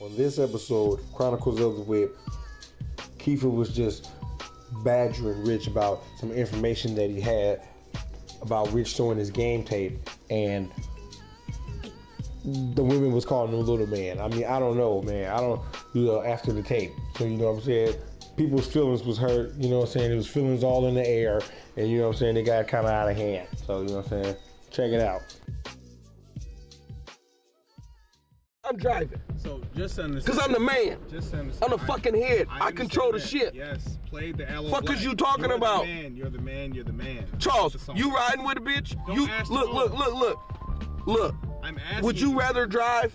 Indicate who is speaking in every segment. Speaker 1: On this episode, Chronicles of the Whip, Kiefer was just badgering Rich about some information that he had about Rich showing his game tape, and the women was calling him little man. I mean, I don't know, man. I don't, you know, after the tape. So, you know what I'm saying? People's feelings was hurt, you know what I'm saying? It was feelings all in the air, and you know what I'm saying? It got kind of out of hand. So, you know what I'm saying? Check it out.
Speaker 2: I'm driving.
Speaker 3: So just send this.
Speaker 2: Cause I'm the man.
Speaker 3: Just send this.
Speaker 2: I'm the fucking head. I control the shit.
Speaker 3: Yes, play the L.
Speaker 2: Fuck is you talking
Speaker 3: you're
Speaker 2: about?
Speaker 3: The man. You're the man. You're the man.
Speaker 2: Charles,
Speaker 3: That's the song.
Speaker 2: you riding with a bitch?
Speaker 3: Don't
Speaker 2: you
Speaker 3: ask
Speaker 2: look,
Speaker 3: the
Speaker 2: look,
Speaker 3: woman.
Speaker 2: look, look, look.
Speaker 3: I'm asking.
Speaker 2: Would you rather drive?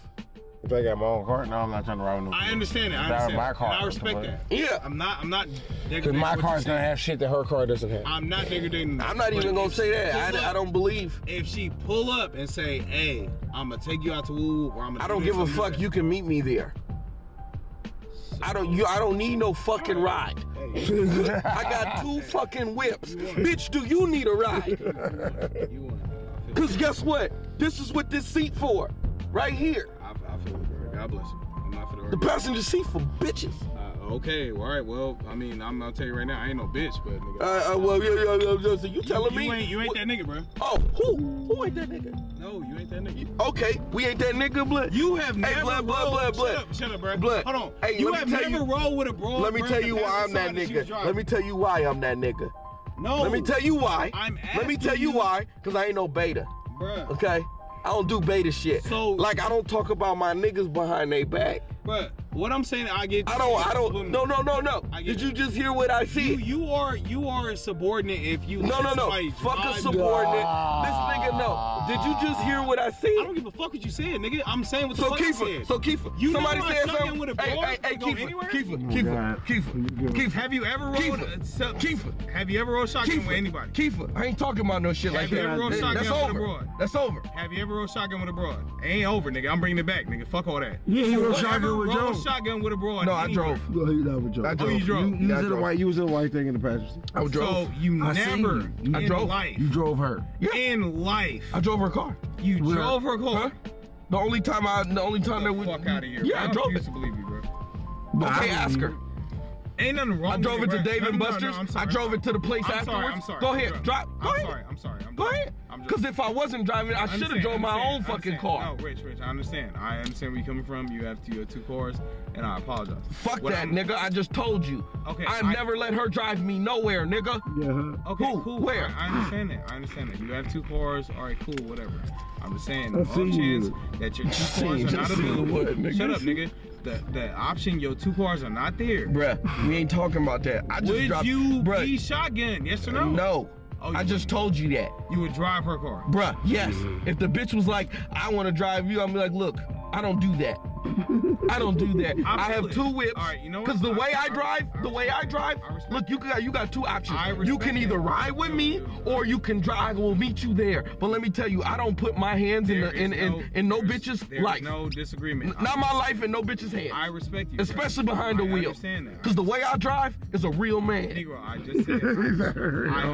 Speaker 4: If I got my own car, no, I'm not trying to ride with no.
Speaker 3: I understand that. I
Speaker 4: That was
Speaker 3: understand.
Speaker 4: my
Speaker 3: that.
Speaker 4: car.
Speaker 3: And I respect
Speaker 4: Somebody-
Speaker 3: that.
Speaker 2: Yeah.
Speaker 3: I'm not. I'm not.
Speaker 4: Cause
Speaker 3: degrading
Speaker 4: my
Speaker 3: what
Speaker 4: car's
Speaker 3: you're
Speaker 4: gonna
Speaker 3: saying.
Speaker 4: have shit that her car doesn't have.
Speaker 3: I'm not degrading.
Speaker 2: I'm not
Speaker 3: but
Speaker 2: even gonna
Speaker 3: if
Speaker 2: say
Speaker 3: she
Speaker 2: that.
Speaker 3: pull
Speaker 2: I, I
Speaker 3: up-
Speaker 2: don't believe.
Speaker 3: If she pull up and say, "Hey, I'm gonna take you out to Woo," or I'm gonna.
Speaker 2: I don't give a fuck. You can meet me there. I don't. You. I don't need no fucking ride. I got two fucking whips, bitch. Do you need a ride?
Speaker 3: You want? I feel,
Speaker 2: Cause guess what? This is what this seat for, right here.
Speaker 3: I, I feel it, bro. God bless you. I'm not for the.
Speaker 2: The passenger seat for bitches.
Speaker 3: Uh, okay, all right. Well, I mean, I'm gonna tell you right now, I ain't no bitch, but nigga,
Speaker 2: Uh, uh well, yo, yo, yo, yo. So you telling
Speaker 3: you,
Speaker 2: me?
Speaker 3: you ain't, you ain't
Speaker 2: what-
Speaker 3: that nigga, bro.
Speaker 2: Oh, who? Who ain't that nigga?
Speaker 3: No, you ain't that nigga.
Speaker 2: Okay, we ain't that nigga, blood.
Speaker 3: You have never
Speaker 2: blood, blood,
Speaker 3: rolled-
Speaker 2: blood, blood.
Speaker 3: Shut up, shut up, bro.
Speaker 2: Blood.
Speaker 3: Hold on.
Speaker 2: Hey,
Speaker 3: you
Speaker 2: let
Speaker 3: have
Speaker 2: me tell
Speaker 3: never
Speaker 2: you-
Speaker 3: rolled with a broad.
Speaker 2: Let me
Speaker 3: bruh,
Speaker 2: tell
Speaker 3: the
Speaker 2: you why I'm that
Speaker 3: passenger side
Speaker 2: nigga.
Speaker 3: that you was
Speaker 2: Let me
Speaker 3: driving.
Speaker 2: tell you why I'm that nigga.
Speaker 3: No.
Speaker 2: Let me tell you why.
Speaker 3: I'm
Speaker 2: Let me
Speaker 3: asking
Speaker 2: tell you
Speaker 3: you-
Speaker 2: why, cause I ain't no beta.
Speaker 3: Bruh,
Speaker 2: Okay? I don't do beta shit.
Speaker 3: So-
Speaker 2: like I don't talk about my niggas behind their back.
Speaker 3: bruh. What I'm saying, I get.
Speaker 2: I don't I don't no no no no.
Speaker 3: I get
Speaker 2: Did
Speaker 3: it.
Speaker 2: you just hear what I said?
Speaker 3: You, you are you are a subordinate if you.
Speaker 2: no
Speaker 3: let
Speaker 2: no no.
Speaker 3: somebody
Speaker 2: Fuck a
Speaker 3: drive you.
Speaker 2: subordinate. This nigga no. Did you just hear what I said?
Speaker 3: I don't give a fuck what you said, nigga. I'm saying what the
Speaker 2: So
Speaker 3: fuck I
Speaker 2: Kiefer,
Speaker 3: said.
Speaker 2: so Kiefer,
Speaker 3: You know
Speaker 2: somebody
Speaker 3: I
Speaker 2: said
Speaker 3: snuck in
Speaker 2: something.
Speaker 3: with a
Speaker 2: hey,
Speaker 3: broad
Speaker 2: hey, hey,
Speaker 3: to go
Speaker 2: Kiefer,
Speaker 3: anywhere? Mm-hmm.
Speaker 2: Kiefer, Kiefer, Kiefer, Kiefer.
Speaker 3: have you ever rolled?
Speaker 2: Kiefer.
Speaker 3: so-
Speaker 2: Kiefer.
Speaker 3: Have you ever rolled shotgun with anybody?
Speaker 2: Kiefer, I ain't talking about no shit
Speaker 3: Have
Speaker 2: like
Speaker 3: you
Speaker 2: that.
Speaker 3: ever rolled
Speaker 2: That-
Speaker 3: shotgun
Speaker 2: That's
Speaker 3: with a
Speaker 2: over.
Speaker 3: broad?
Speaker 2: That's over.
Speaker 3: Have you ever rolled shotgun with a broad? It ain't over, nigga. I'm bringing it back, nigga. Fuck all that.
Speaker 5: Yeah, you rolled
Speaker 3: Whatever
Speaker 5: shotgun with
Speaker 3: rolled
Speaker 5: Joe.
Speaker 3: shotgun with a broad.
Speaker 2: No, I
Speaker 3: anywhere.
Speaker 2: drove.
Speaker 5: No, he never drove.
Speaker 2: I
Speaker 3: Oh, you
Speaker 2: drove.
Speaker 3: drove.
Speaker 5: You, you
Speaker 4: Yeah, I
Speaker 5: was in a
Speaker 4: drove.
Speaker 5: white. You was in a white thing in the passenger seat.
Speaker 2: I drove.
Speaker 3: So you
Speaker 4: I seen
Speaker 3: never
Speaker 4: you.
Speaker 3: in
Speaker 2: I drove.
Speaker 3: life,
Speaker 4: You drove her.
Speaker 3: in life,
Speaker 2: I drove her car.
Speaker 3: you
Speaker 4: Where?
Speaker 3: drove her car.
Speaker 2: The only time I, the only time that
Speaker 3: Get
Speaker 2: we.
Speaker 3: the fuck out of here.
Speaker 2: Yeah,
Speaker 3: bro.
Speaker 2: I drove
Speaker 3: refuse
Speaker 2: it.
Speaker 3: to believe you, bro.
Speaker 2: Okay, ask her.
Speaker 3: Ain't nothing wrong.
Speaker 2: I drove
Speaker 3: with
Speaker 2: it to
Speaker 3: bro.
Speaker 2: Dave
Speaker 3: No,
Speaker 2: and
Speaker 3: no, no,
Speaker 2: Buster's.
Speaker 3: no, I'm
Speaker 2: I
Speaker 3: sorry.
Speaker 2: drove it to the place
Speaker 3: I'm
Speaker 2: afterwards.
Speaker 3: sorry, I'm sorry.
Speaker 2: Go
Speaker 3: I'm
Speaker 2: ahead,
Speaker 3: drunk.
Speaker 2: drive. Go
Speaker 3: I'm
Speaker 2: ahead.
Speaker 3: sorry. I'm sorry. I'm
Speaker 2: Go
Speaker 3: drunk.
Speaker 2: ahead.
Speaker 3: I'm just-
Speaker 2: Because if I wasn't driving, I should have
Speaker 3: Understand,
Speaker 2: drove my
Speaker 3: understand,
Speaker 2: own fucking
Speaker 3: understand.
Speaker 2: car.
Speaker 3: No, Rich, Rich, I understand. I understand where you're coming from. You have two, two cars, and I apologize.
Speaker 2: Fuck
Speaker 3: What
Speaker 2: that,
Speaker 3: I'm-
Speaker 2: nigga. I just told you.
Speaker 3: Okay,
Speaker 2: I,
Speaker 3: I-
Speaker 2: never let her drive me nowhere, nigga.
Speaker 5: Yeah. Huh?
Speaker 3: Okay,
Speaker 2: Who?
Speaker 3: cool.
Speaker 2: Where?
Speaker 3: I, I understand that. I understand that. You have two cars. All right, cool, whatever. I'm just saying,
Speaker 5: I
Speaker 3: off
Speaker 5: see
Speaker 3: chance
Speaker 5: you.
Speaker 3: that your two cars are
Speaker 2: I
Speaker 3: not
Speaker 2: see you,
Speaker 3: available.
Speaker 2: what, nigga?
Speaker 3: Shut up, nigga. The, the option, your two cars are not there.
Speaker 2: Bruh, we ain't talking about that. I just
Speaker 3: Would
Speaker 2: dropped.
Speaker 3: you
Speaker 2: bruh, Uh,
Speaker 3: be shotgun? Yes or no?
Speaker 2: No.
Speaker 3: Oh, you
Speaker 2: I just
Speaker 3: wouldn't.
Speaker 2: told you that.
Speaker 3: You would drive her car.
Speaker 2: Bruh, yes. If the bitch was like, I want to drive you, I'm like, look, I don't do that. I don't do that.
Speaker 3: I
Speaker 2: I have
Speaker 3: feel
Speaker 2: two
Speaker 3: it.
Speaker 2: whips.
Speaker 3: All right, you know what?
Speaker 2: Cause the
Speaker 3: I-
Speaker 2: way I
Speaker 3: I-
Speaker 2: drive,
Speaker 3: I
Speaker 2: the way I
Speaker 3: respect that.
Speaker 2: drive,
Speaker 3: I respect
Speaker 2: look, you got you got two options.
Speaker 3: I
Speaker 2: You
Speaker 3: respect
Speaker 2: can either
Speaker 3: that.
Speaker 2: ride with
Speaker 3: Yo,
Speaker 2: me
Speaker 3: yo.
Speaker 2: or you can drive. We'll meet you there. But let me tell you, I don't put my hands in the
Speaker 3: There
Speaker 2: in
Speaker 3: is
Speaker 2: in,
Speaker 3: no-
Speaker 2: in no
Speaker 3: there's-
Speaker 2: bitch's
Speaker 3: there's
Speaker 2: life.
Speaker 3: No disagreement.
Speaker 2: Not my life and no bitch's
Speaker 3: I
Speaker 2: hands.
Speaker 3: respect you. bro.
Speaker 2: Especially behind the
Speaker 3: I
Speaker 2: wheel.
Speaker 3: Understand that.
Speaker 2: Cause the way I drive is a real man.
Speaker 3: Negro, I just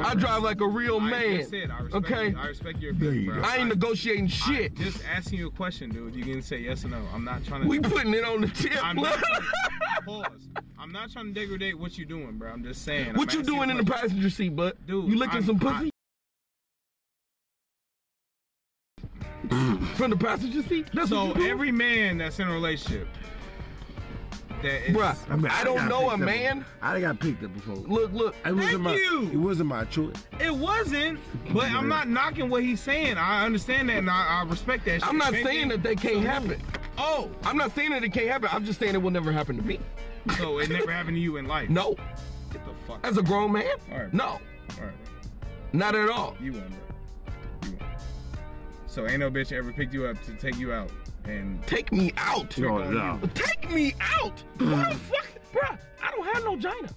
Speaker 3: said.
Speaker 2: I drive like a real
Speaker 3: I
Speaker 2: man.
Speaker 3: just said, I respect
Speaker 2: Okay.
Speaker 3: You, I respect your opinion, bro.
Speaker 2: I ain't negotiating shit.
Speaker 3: I'm just asking you a question, dude. You can say yes or no. I'm not trying to.
Speaker 2: We putting it on the tip.
Speaker 3: I'm
Speaker 2: blood.
Speaker 3: not, pause. I'm not trying to degrade what you doing, bro. I'm just saying.
Speaker 2: what
Speaker 3: I'm
Speaker 2: you doing in the passenger seat, bud?
Speaker 3: Dude,
Speaker 2: you licking
Speaker 3: I'm-
Speaker 2: some pussy? From the passenger seat? That's
Speaker 3: So
Speaker 2: what you doing?
Speaker 3: every man that's in a relationship, that is.
Speaker 2: Bruh, I, don't
Speaker 5: got
Speaker 2: know a
Speaker 5: picked up
Speaker 2: man.
Speaker 5: before. I got picked up before.
Speaker 2: Look, look.
Speaker 5: It wasn't
Speaker 3: Thank
Speaker 5: my,
Speaker 3: you.
Speaker 5: It wasn't my choice.
Speaker 3: It wasn't, but I'm not knocking what he's saying. I understand that and I, I respect that. Shit.
Speaker 2: I'm not
Speaker 3: Same
Speaker 2: saying
Speaker 3: thing-
Speaker 2: that they can't happen.
Speaker 3: Oh,
Speaker 2: I'm not saying that it can't happen. I'm just saying it will never happen to me.
Speaker 3: so it never happened to you in life.
Speaker 2: No.
Speaker 3: Get the fuck.
Speaker 2: As a grown man?
Speaker 3: All right.
Speaker 2: No.
Speaker 3: All right,
Speaker 2: Not at all.
Speaker 3: you won, bro. You won. So ain't no bitch ever picked you up to take you out and.
Speaker 2: Take me out.
Speaker 3: trick on
Speaker 5: no.
Speaker 3: you.
Speaker 2: Take me out. Why the fuck? Bruh, I don't have no vagina.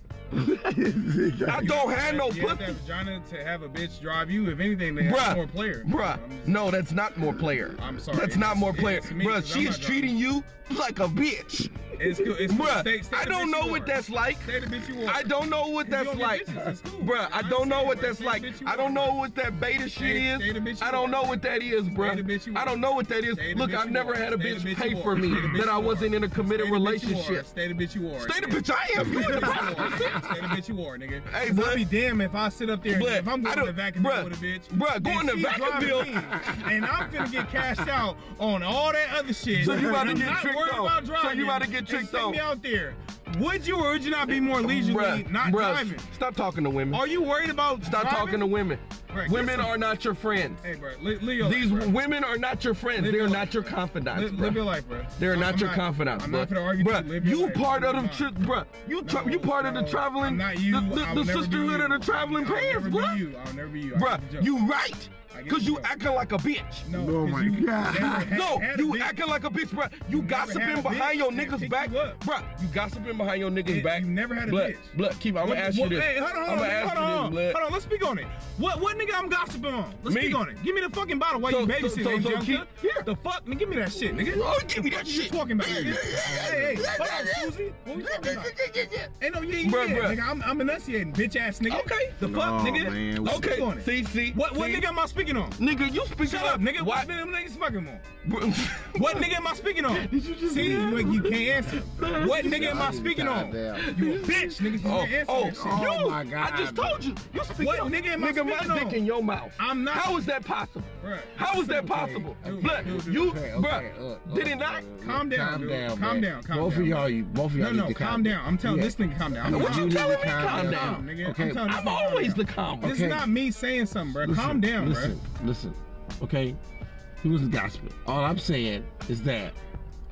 Speaker 2: I don't have no
Speaker 3: you have
Speaker 2: pussy.
Speaker 3: to have vagina to have a bitch drive you. If anything, they
Speaker 2: Bruh,
Speaker 3: have more player.
Speaker 2: Bruh,
Speaker 3: I'm just-
Speaker 2: no, that's not more player.
Speaker 3: I'm sorry.
Speaker 2: That's not
Speaker 3: It's-
Speaker 2: more
Speaker 3: it's
Speaker 2: player.
Speaker 3: me,
Speaker 2: Bruh,
Speaker 3: 'cause I'm
Speaker 2: she
Speaker 3: not
Speaker 2: is treating you like a bitch.
Speaker 3: It's cool. It's cool.
Speaker 2: Bruh,
Speaker 3: Stay- stay
Speaker 2: I
Speaker 3: the
Speaker 2: don't
Speaker 3: bitch
Speaker 2: know
Speaker 3: you
Speaker 2: what
Speaker 3: are.
Speaker 2: that's like.
Speaker 3: Stay the bitch you are.
Speaker 2: I don't know what
Speaker 3: You
Speaker 2: that's
Speaker 3: don't get
Speaker 2: like.
Speaker 3: bitches, it's cool.
Speaker 2: Bruh, I
Speaker 3: I
Speaker 2: don't know what
Speaker 3: understand, bruh.
Speaker 2: that's
Speaker 3: Stay the
Speaker 2: like.
Speaker 3: bitch you
Speaker 2: I don't
Speaker 3: are.
Speaker 2: know what that beta shit
Speaker 3: Stay- stay the
Speaker 2: is.
Speaker 3: bitch you
Speaker 2: I don't
Speaker 3: are.
Speaker 2: know what that is,
Speaker 3: the bitch
Speaker 2: bruh.
Speaker 3: you
Speaker 2: I
Speaker 3: are.
Speaker 2: don't know what that is.
Speaker 3: Stay the
Speaker 2: Look,
Speaker 3: bitch
Speaker 2: I've
Speaker 3: you
Speaker 2: never
Speaker 3: are.
Speaker 2: had a
Speaker 3: Stay the
Speaker 2: bitch
Speaker 3: bitch
Speaker 2: pay
Speaker 3: you
Speaker 2: for
Speaker 3: are.
Speaker 2: me
Speaker 3: Stay the bitch
Speaker 2: that I
Speaker 3: you are.
Speaker 2: wasn't in a committed
Speaker 3: Stay the bitch you are.
Speaker 2: relationship.
Speaker 3: Stay the bitch you are.
Speaker 2: Stay the
Speaker 3: nigga.
Speaker 2: bitch I am.
Speaker 3: Stay the bitch you are. Stay the bitch you are, nigga.
Speaker 2: Hey,
Speaker 3: Cause
Speaker 2: bruh.
Speaker 3: I'll be damn if I sit up there. and
Speaker 2: But
Speaker 3: if I'm
Speaker 2: I
Speaker 3: going to
Speaker 2: don't-
Speaker 3: Vacaville
Speaker 2: bruh,
Speaker 3: with a bitch,
Speaker 2: bruh,
Speaker 3: and
Speaker 2: going to
Speaker 3: she driving
Speaker 2: Vacaville-
Speaker 3: me, and I'm finna get cashed out on all that other shit.
Speaker 2: So you about to
Speaker 3: I'm
Speaker 2: get
Speaker 3: not
Speaker 2: tricked
Speaker 3: worried
Speaker 2: though.
Speaker 3: about
Speaker 2: So
Speaker 3: driving.
Speaker 2: you about to get
Speaker 3: and
Speaker 2: tricked
Speaker 3: stick
Speaker 2: though.
Speaker 3: me out there. Would you or would you not be more leisurely
Speaker 2: Bruh,
Speaker 3: not
Speaker 2: bruh,
Speaker 3: driving?
Speaker 2: Stop talking to women.
Speaker 3: Are you worried about
Speaker 2: Stop
Speaker 3: driving?
Speaker 2: talking to women.
Speaker 3: Bruh, get
Speaker 2: Women
Speaker 3: some-
Speaker 2: are not your friends.
Speaker 3: Hey, bro, li- live your
Speaker 2: These
Speaker 3: life, bro.
Speaker 2: women are not your friends.
Speaker 3: Live
Speaker 2: They're
Speaker 3: your
Speaker 2: not
Speaker 3: life,
Speaker 2: your
Speaker 3: bruh.
Speaker 2: confidants.
Speaker 3: Li- live
Speaker 2: bruh.
Speaker 3: your life, bro.
Speaker 2: They're not your confidants,
Speaker 3: I'm
Speaker 2: bro.
Speaker 3: not gonna argue. with you. Live your
Speaker 2: you
Speaker 3: life.
Speaker 2: part of
Speaker 3: Live
Speaker 2: the
Speaker 3: your
Speaker 2: tri- bruh.
Speaker 3: life.
Speaker 2: You tra-
Speaker 3: No,
Speaker 2: you part of the
Speaker 3: no,
Speaker 2: traveling.
Speaker 3: I'm not you.
Speaker 2: The, the-
Speaker 3: I'll
Speaker 2: the
Speaker 3: never be
Speaker 2: sisterhood
Speaker 3: you.
Speaker 2: of the traveling
Speaker 3: I'll
Speaker 2: pants,
Speaker 3: never be
Speaker 2: bruh.
Speaker 3: you. I'll never be you. I give a
Speaker 2: Bruh,
Speaker 3: joke.
Speaker 2: you right.
Speaker 3: I give
Speaker 2: Cause
Speaker 3: a
Speaker 2: you
Speaker 3: joke.
Speaker 2: acting like a bitch.
Speaker 3: No,
Speaker 5: No,
Speaker 3: 'cause
Speaker 5: Oh my
Speaker 3: you
Speaker 5: God.
Speaker 3: never had-
Speaker 2: No,
Speaker 3: had a
Speaker 2: you
Speaker 3: bitch.
Speaker 2: acting like a bitch, bruh. You
Speaker 3: never had
Speaker 2: gossiping
Speaker 3: a
Speaker 2: behind
Speaker 3: bitch
Speaker 2: your
Speaker 3: that
Speaker 2: niggas
Speaker 3: picked
Speaker 2: back,
Speaker 3: you up.
Speaker 2: bruh. You gossiping behind your niggas
Speaker 3: You
Speaker 2: back.
Speaker 3: never had a
Speaker 2: Blood,
Speaker 3: bitch.
Speaker 2: blood. Keep. I'm gonna ask you
Speaker 3: What-
Speaker 2: this.
Speaker 3: Hey, hold
Speaker 2: I'm
Speaker 3: on, hold
Speaker 2: gonna
Speaker 3: on,
Speaker 2: ask
Speaker 3: hold on,
Speaker 2: you this, blood.
Speaker 3: hold on. Let's speak on it. What what nigga I'm gossiping on? Let's
Speaker 2: Me.
Speaker 3: speak on it. Give me the fucking bottle while
Speaker 2: So-
Speaker 3: you
Speaker 2: so- so-
Speaker 3: babysitting,
Speaker 2: so
Speaker 3: Angelica.
Speaker 2: keep- here.
Speaker 3: The fuck, man, give me that shit, nigga.
Speaker 2: Oh, give me
Speaker 3: the
Speaker 2: that
Speaker 3: fuck you
Speaker 2: shit.
Speaker 3: talking about? nigga? hey, hey, fuck up, Susie. What we talking about? Ain't no yeah, yeah,
Speaker 2: Bruh, bruh.
Speaker 3: nigga. I'm, I'm enunciating, bitch ass nigga.
Speaker 2: Okay.
Speaker 3: The fuck,
Speaker 5: No,
Speaker 3: nigga.
Speaker 5: Oh, man,
Speaker 3: Let's
Speaker 2: Okay.
Speaker 3: speak on it.
Speaker 2: See, see.
Speaker 3: What what
Speaker 2: see?
Speaker 3: nigga am I speaking on?
Speaker 2: Nigga, you speak
Speaker 3: Shut up, nigga.
Speaker 2: Why?
Speaker 3: What nigga, niggas fucking on? What
Speaker 2: What
Speaker 3: nigga am I speaking on?
Speaker 2: Did you just
Speaker 3: See,
Speaker 2: do
Speaker 3: you,
Speaker 2: that?
Speaker 3: you can't answer. What nigga am I speaking on?
Speaker 5: Goddamn.
Speaker 3: You a bitch, nigga. You
Speaker 2: Oh,
Speaker 3: can't answer
Speaker 2: oh,
Speaker 3: that shit.
Speaker 2: you!
Speaker 5: Oh, my God.
Speaker 2: I just told you. You speak
Speaker 3: What
Speaker 2: up.
Speaker 3: nigga am I
Speaker 2: nigga, my
Speaker 3: speaking on?
Speaker 2: dick in your mouth.
Speaker 3: I'm not-
Speaker 2: How is that possible?
Speaker 3: Bruh.
Speaker 2: How is that
Speaker 3: Okay,
Speaker 2: possible?
Speaker 3: dude,
Speaker 2: Look,
Speaker 3: dude, dude,
Speaker 2: you,
Speaker 5: okay, okay,
Speaker 2: bruh,
Speaker 5: uh, uh,
Speaker 2: did it not?
Speaker 3: Calm down, dude. Calm
Speaker 5: man.
Speaker 3: down, calm
Speaker 5: both
Speaker 3: down.
Speaker 5: of y'all, you both of y'all
Speaker 3: No, no,
Speaker 5: need to
Speaker 3: calm down. I'm telling
Speaker 5: Yeah.
Speaker 3: this nigga, calm down. I'm
Speaker 2: What
Speaker 3: calm
Speaker 2: you
Speaker 5: need to
Speaker 2: telling me?
Speaker 5: calm
Speaker 2: Calm
Speaker 5: down.
Speaker 2: down.
Speaker 3: nigga.
Speaker 5: Okay.
Speaker 3: I'm, telling this
Speaker 2: I'm
Speaker 3: nigga, calm
Speaker 2: always
Speaker 3: down.
Speaker 2: the calm one.
Speaker 3: This is
Speaker 5: Okay.
Speaker 3: not me saying something, bro.
Speaker 5: Listen,
Speaker 3: calm down, bro.
Speaker 5: Listen, listen. Okay, he was gospel. All I'm saying is that